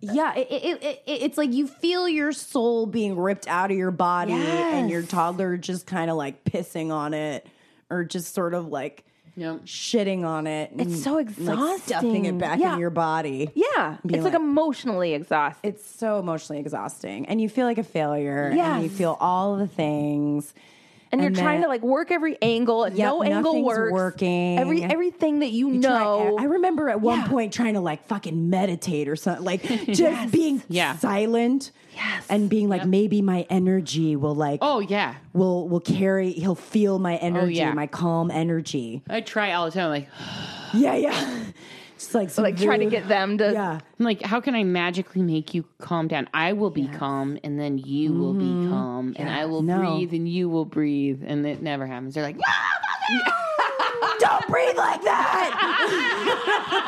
yeah. It, it, it, it- it's like you feel your soul being ripped out of your body, and your Yes. toddler just kind of like pissing on it, or just sort of like Yep. shitting on it. and, It's so Mm, Like stuffing exhausting. it back Yeah. in your body. yeah, it's like, like- emotionally exhausting. It's so emotionally exhausting, and you feel like a failure. Yes. and you feel all the things. and you're and trying then- to like work every angle, and Yep, no angle nothing's works. working. Every everything that you, Try- know. I remember at one Yeah. point trying to like fucking meditate or something, like just being Yeah. silent, yes. and being like, maybe my energy will like Oh yeah, will will carry. He'll feel my Oh, energy, yeah. my calm energy. I try all the time. Like, Yeah, yeah. Just like some like trying to dude- get them to Yeah, I'm like, how can I magically make you calm down? I will be calm, and then you will be calm, and I will No. breathe, and you will breathe, and it never happens. They're like, "Ah!" don't breathe like that.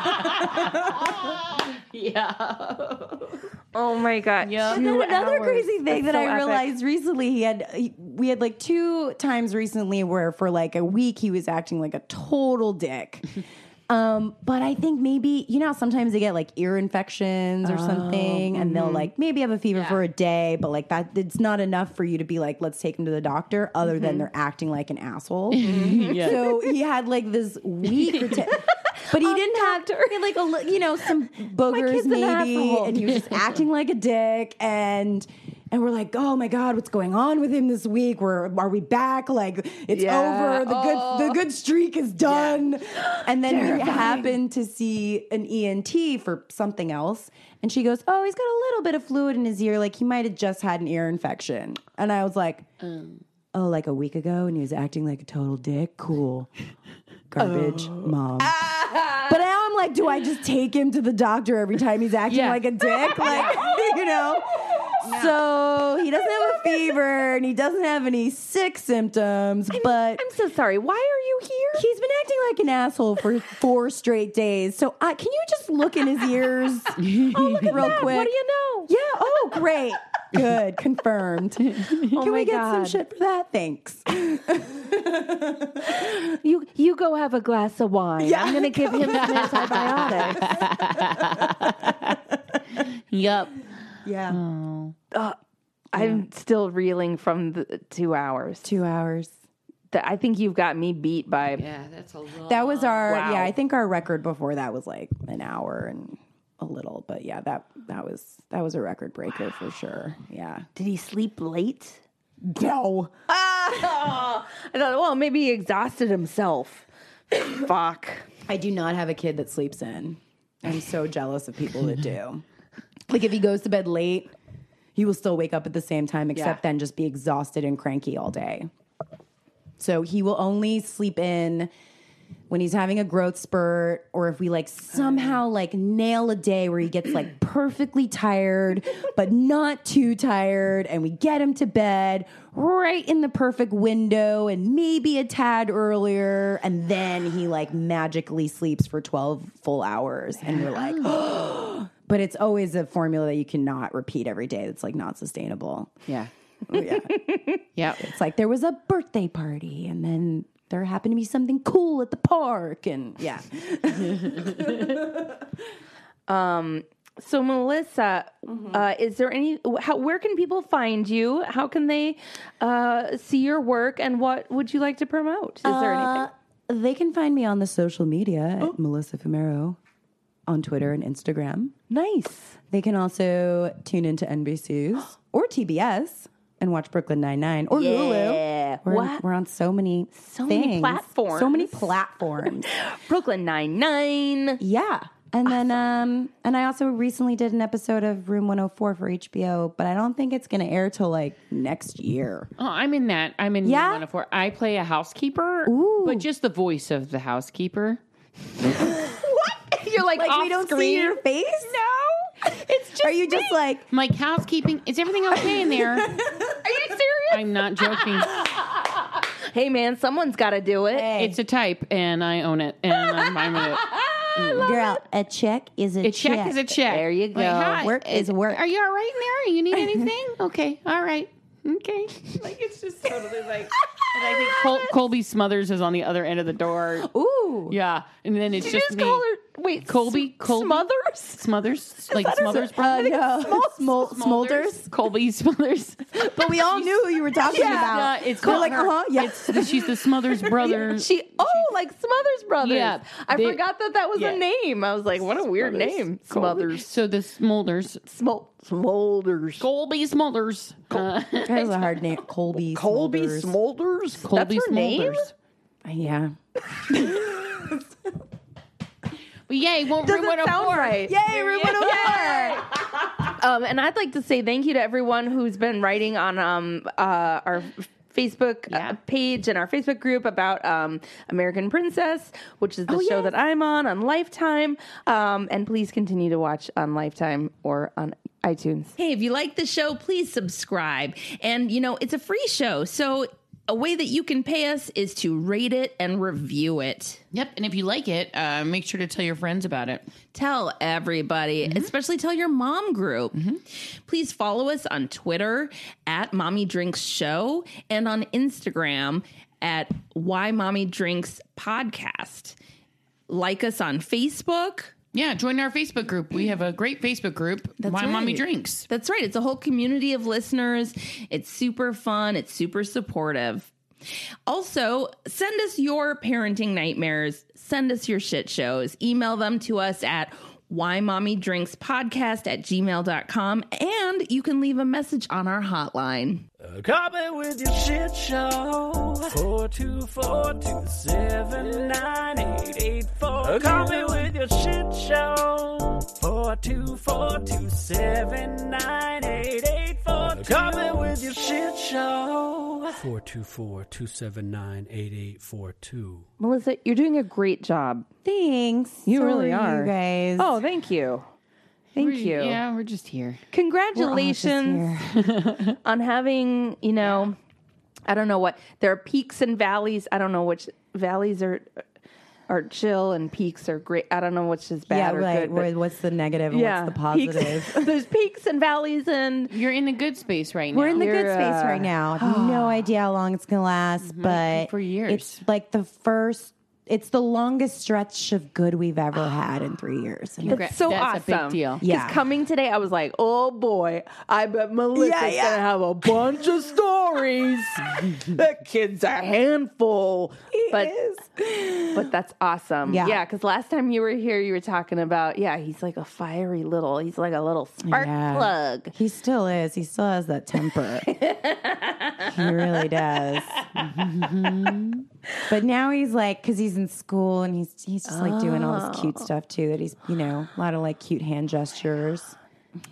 Oh my god! Yeah. And then another crazy thing that I realized recently, he had he- we had like two times recently where for like a week he was acting like a total dick. um, but I think maybe you know how sometimes they get like ear infections or Oh, something, and mm-hmm. they'll like maybe have a fever for a day, but like that it's not enough for you to be like let's take him to the doctor. Other Mm-hmm. than they're acting like an asshole, so he had like this week or two. But he didn't have he had like a li- you know some boogers kid's an maybe, asshole. and he was just acting like a dick and and we're like oh my god what's going on with him this week we're are we back like it's Yeah. over the good the good streak is done and then we happened to see an ENT for something else and she goes oh he's got a little bit of fluid in his ear like he might have just had an ear infection and I was like oh like a week ago and he was acting like a total dick cool garbage Oh. mom. Ah. But now I'm like, do I just take him to the doctor every time he's acting Yeah. like a dick? Like, you know? So he doesn't have a fever and he doesn't have any sick symptoms, but I'm so sorry. Why are you here? he's been acting like an asshole for four straight days. So I, can you just look in his ears Oh, real quick? What do you know? Yeah. Oh, great. Good. Confirmed. can Oh my we get some God. shit for that? Thanks. You you go have a glass of wine. Yeah. I'm gonna give him some antibiotics. "Yup." Yeah. I'm still reeling from the two hours. Two hours. Th- I think you've got me beat by. Yeah, that's a lot. That was our Wow. yeah. I think our record before that was like an hour and a little, but yeah, that that was that was a record breaker for sure. Yeah. Did he sleep late? No. Ah! I thought, well, maybe he exhausted himself. Fuck. I do not have a kid that sleeps in. I'm so jealous of people that do. Like if he goes to bed late, he will still wake up at the same time, except then just be exhausted and cranky all day. So he will only sleep in when he's having a growth spurt, or if we like somehow like nail a day where he gets like perfectly tired, but not too tired, and we get him to bed right in the perfect window and maybe a tad earlier, and then he like magically sleeps for 12 full hours, and you're like, but it's always a formula that you cannot repeat every day that's like not sustainable. yeah, Yeah. yep. It's like there was a birthday party and then there happened to be something cool at the park and yeah. So Melissa, uh, is there any? How, where can people find you? How can they uh, see your work? And what would you like to promote? Is there anything? They can find me on the social media at Melissa Fumero on Twitter and Instagram. Nice. They can also tune into NBC's or TBS and watch Brooklyn Nine Nine or Yeah. Hulu. We're, What? we're on so many so many things. platforms. So many platforms. Brooklyn Nine Nine. yeah. And then, um, and I also recently did an episode of Room 104 for HBO, but I don't think it's going to air till like next year. Oh, I'm in that. I'm in Yeah? 104. I play a housekeeper, but just the voice of the housekeeper. What? You're like, like off we don't see screen. your face? No. It's just Are you just like I'm like, housekeeping, is everything okay in there? Are you serious? I'm not joking. Hey, man, someone's got to do it. hey, it's a type, and I own it, and I'm fine with it. girl, a check is a, A check, is a check. There you go. hi, Work is work. Are you all right in there? You need anything? okay. All right. Okay. Like it's just totally like. And I think Col- Colby Smothers is on the other end of the door. Ooh. Yeah, and then it's Did you just just me. call her, wait, Colby, Colby Smothers? Smothers, like Smothers Uh, Brothers. no. Smol- smolders. Colby Smothers. But we all knew who you were talking about. Yeah, it's We're not like, her. uh-huh, yeah. It's, she's the Smothers brothers. She oh, like Smothers Brothers. Yeah, I they- forgot that that was yeah. a name. I was like, what a weird name, Smothers. So the Smolders, Smol- Smolders. Colby Smolders, Uh, That was a hard name. Colby. Colby Smulders. Uh, Smolders? Colby her name? Smolders. Yeah. But yay, won't ruin Doesn't a sound right. Yay, Room 104. Um, and I'd like to say thank you to everyone who's been writing on um, uh, our Facebook uh, page and our Facebook group about um, American Princess, which is the Oh, show that I'm on on Lifetime. Um, and please continue to watch on Lifetime or on iTunes. Hey, if you like the show, please subscribe. And, you know, it's a free show. So a way that you can pay us is to rate it and review it. Yep, and if you like it, uh, make sure to tell your friends about it. Tell everybody, especially tell your mom group. Please follow us on Twitter at Mommy Drinks Show and on Instagram at Why Mommy Drinks Podcast. Like us on Facebook. Yeah, join our Facebook group. We have a great Facebook group. Why right. mommy drinks. That's right. It's a whole community of listeners. It's super fun. It's super supportive. Also, send us your parenting nightmares. Send us your shit shows. Email them to us at why mommy drinks podcast at gmail.com and you can leave a message on our hotline. Copy with your shit show. 424279884. Copy with your shit show. 424279884. Copy with your shit show. 424-279-8842. Melissa, you're doing a great job. Thanks. You So really are. You guys. Oh, thank you. Thank you. Yeah, we're just here. Congratulations on having, you know, I don't know what there are peaks and valleys. I don't know which valleys are are chill and peaks are great. I don't know which is yeah, bad or right. good. but- Where- what's the negative and yeah, what's the peaks- positive? there's peaks and valleys and You're in the good space right now. We're in the good You're, space uh, right now. I have no idea how long it's going to last, but for years. It's like the first it's the longest stretch of good we've ever had in 3 years. And That's so That's a awesome. big deal. 'Cause Yeah. coming today, I was like, oh boy, I bet Melissa's Yeah, yeah. gonna have a bunch of stories. that kid's a handful. but but that's awesome. Yeah. Yeah, because last time you were here, you were talking about, yeah, he's like a fiery little, he's like a little spark Yeah. plug. He still is. He still has that temper. he really does. Mhm. But now he's like, because he's in school and he's he's just like doing all this cute stuff too. That he's you know a lot of like cute hand gestures.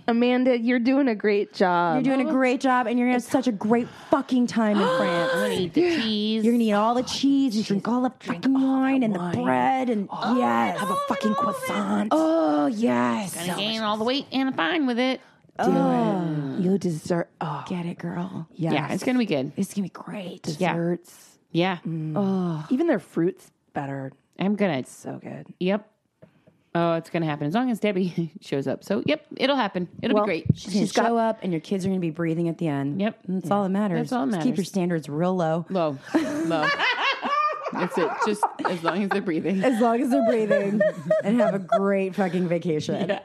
Amanda, you're doing a great job. You're doing a great job, and you're gonna have such a great fucking time in France. Eat the cheese. You're gonna eat all the cheese and drink all the fucking wine Oh, and the bread and yes, have a fucking croissant. Oh yes, Oh. Gain all the weight and I'm fine with it. you deserve, oh, get it, girl. yes. Yeah, it's gonna be good. It's gonna be great. desserts. Yeah, Mm. Even their fruits better. I'm gonna. So good. Yep. Oh, it's gonna happen as long as Debbie shows up. So yep, it'll happen. It'll Well, be great. She's gonna show up, and your kids are gonna be breathing at the end. Yep. And that's all that matters. That's all that Just keep your matters. standards real low. Low, low. That's it. Just as long as they're breathing. As long as they're breathing, and have a great fucking vacation.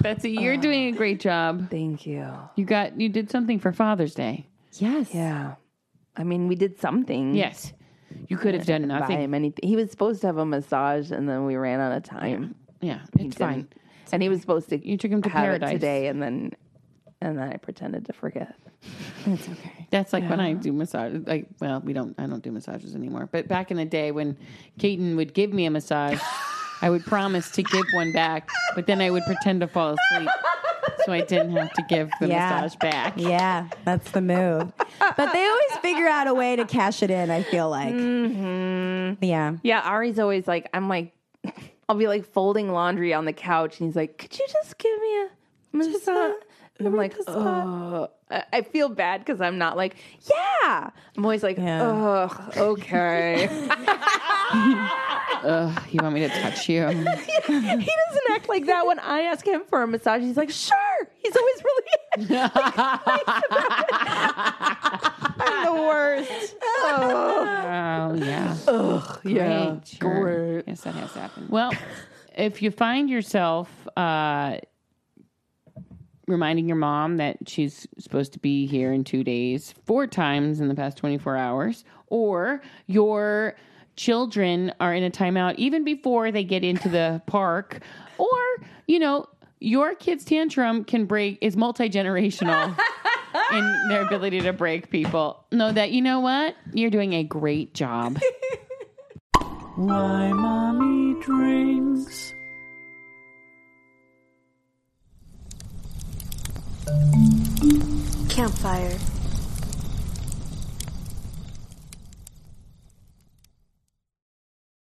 Betsy, Uh. you're doing a great job. Thank you. You got you did something for Father's Day. Yes. Yeah. I mean, we did something. Yes. You could have done Buy nothing. him anything. He was supposed to have a massage, and then we ran out of time. Yeah, He didn't. it's fine. And he was supposed to. You took him to have paradise. it today, and then, and then I pretended to forget. That's like when I do massage. Like, well, we don't. I don't do massages anymore. But back in the day, when Keaton would give me a massage, I would promise to give one back, but then I would pretend to fall asleep. So I didn't have to give the Yeah. massage back. Yeah, that's the move. but they always figure out a way to cash it in, I feel like. Mm-hmm. Yeah. Yeah, Ari's always like, I'm like, I'll be like folding laundry on the couch, and he's like, "Could you just give me a massage?" And I'm like, "Oh, I I feel bad because I'm not like, yeah." I'm always like, Yeah. "Oh, okay." Ugh, you want me to touch you? he doesn't act like that when I ask him for a massage. He's like, "Sure." He's always really I'm the worst. Oh, yeah. Yeah, Great, sure. Yes, that has happened. Well, if you find yourself uh, reminding your mom that she's supposed to be here in two days, four times in the past 24 hours, or your children are in a timeout even before they get into the park, or, you know, your kid's tantrum can break, is multi generational. in their ability to break people, know that you know what? You're doing a great job. Why mommy drinks. Campfire.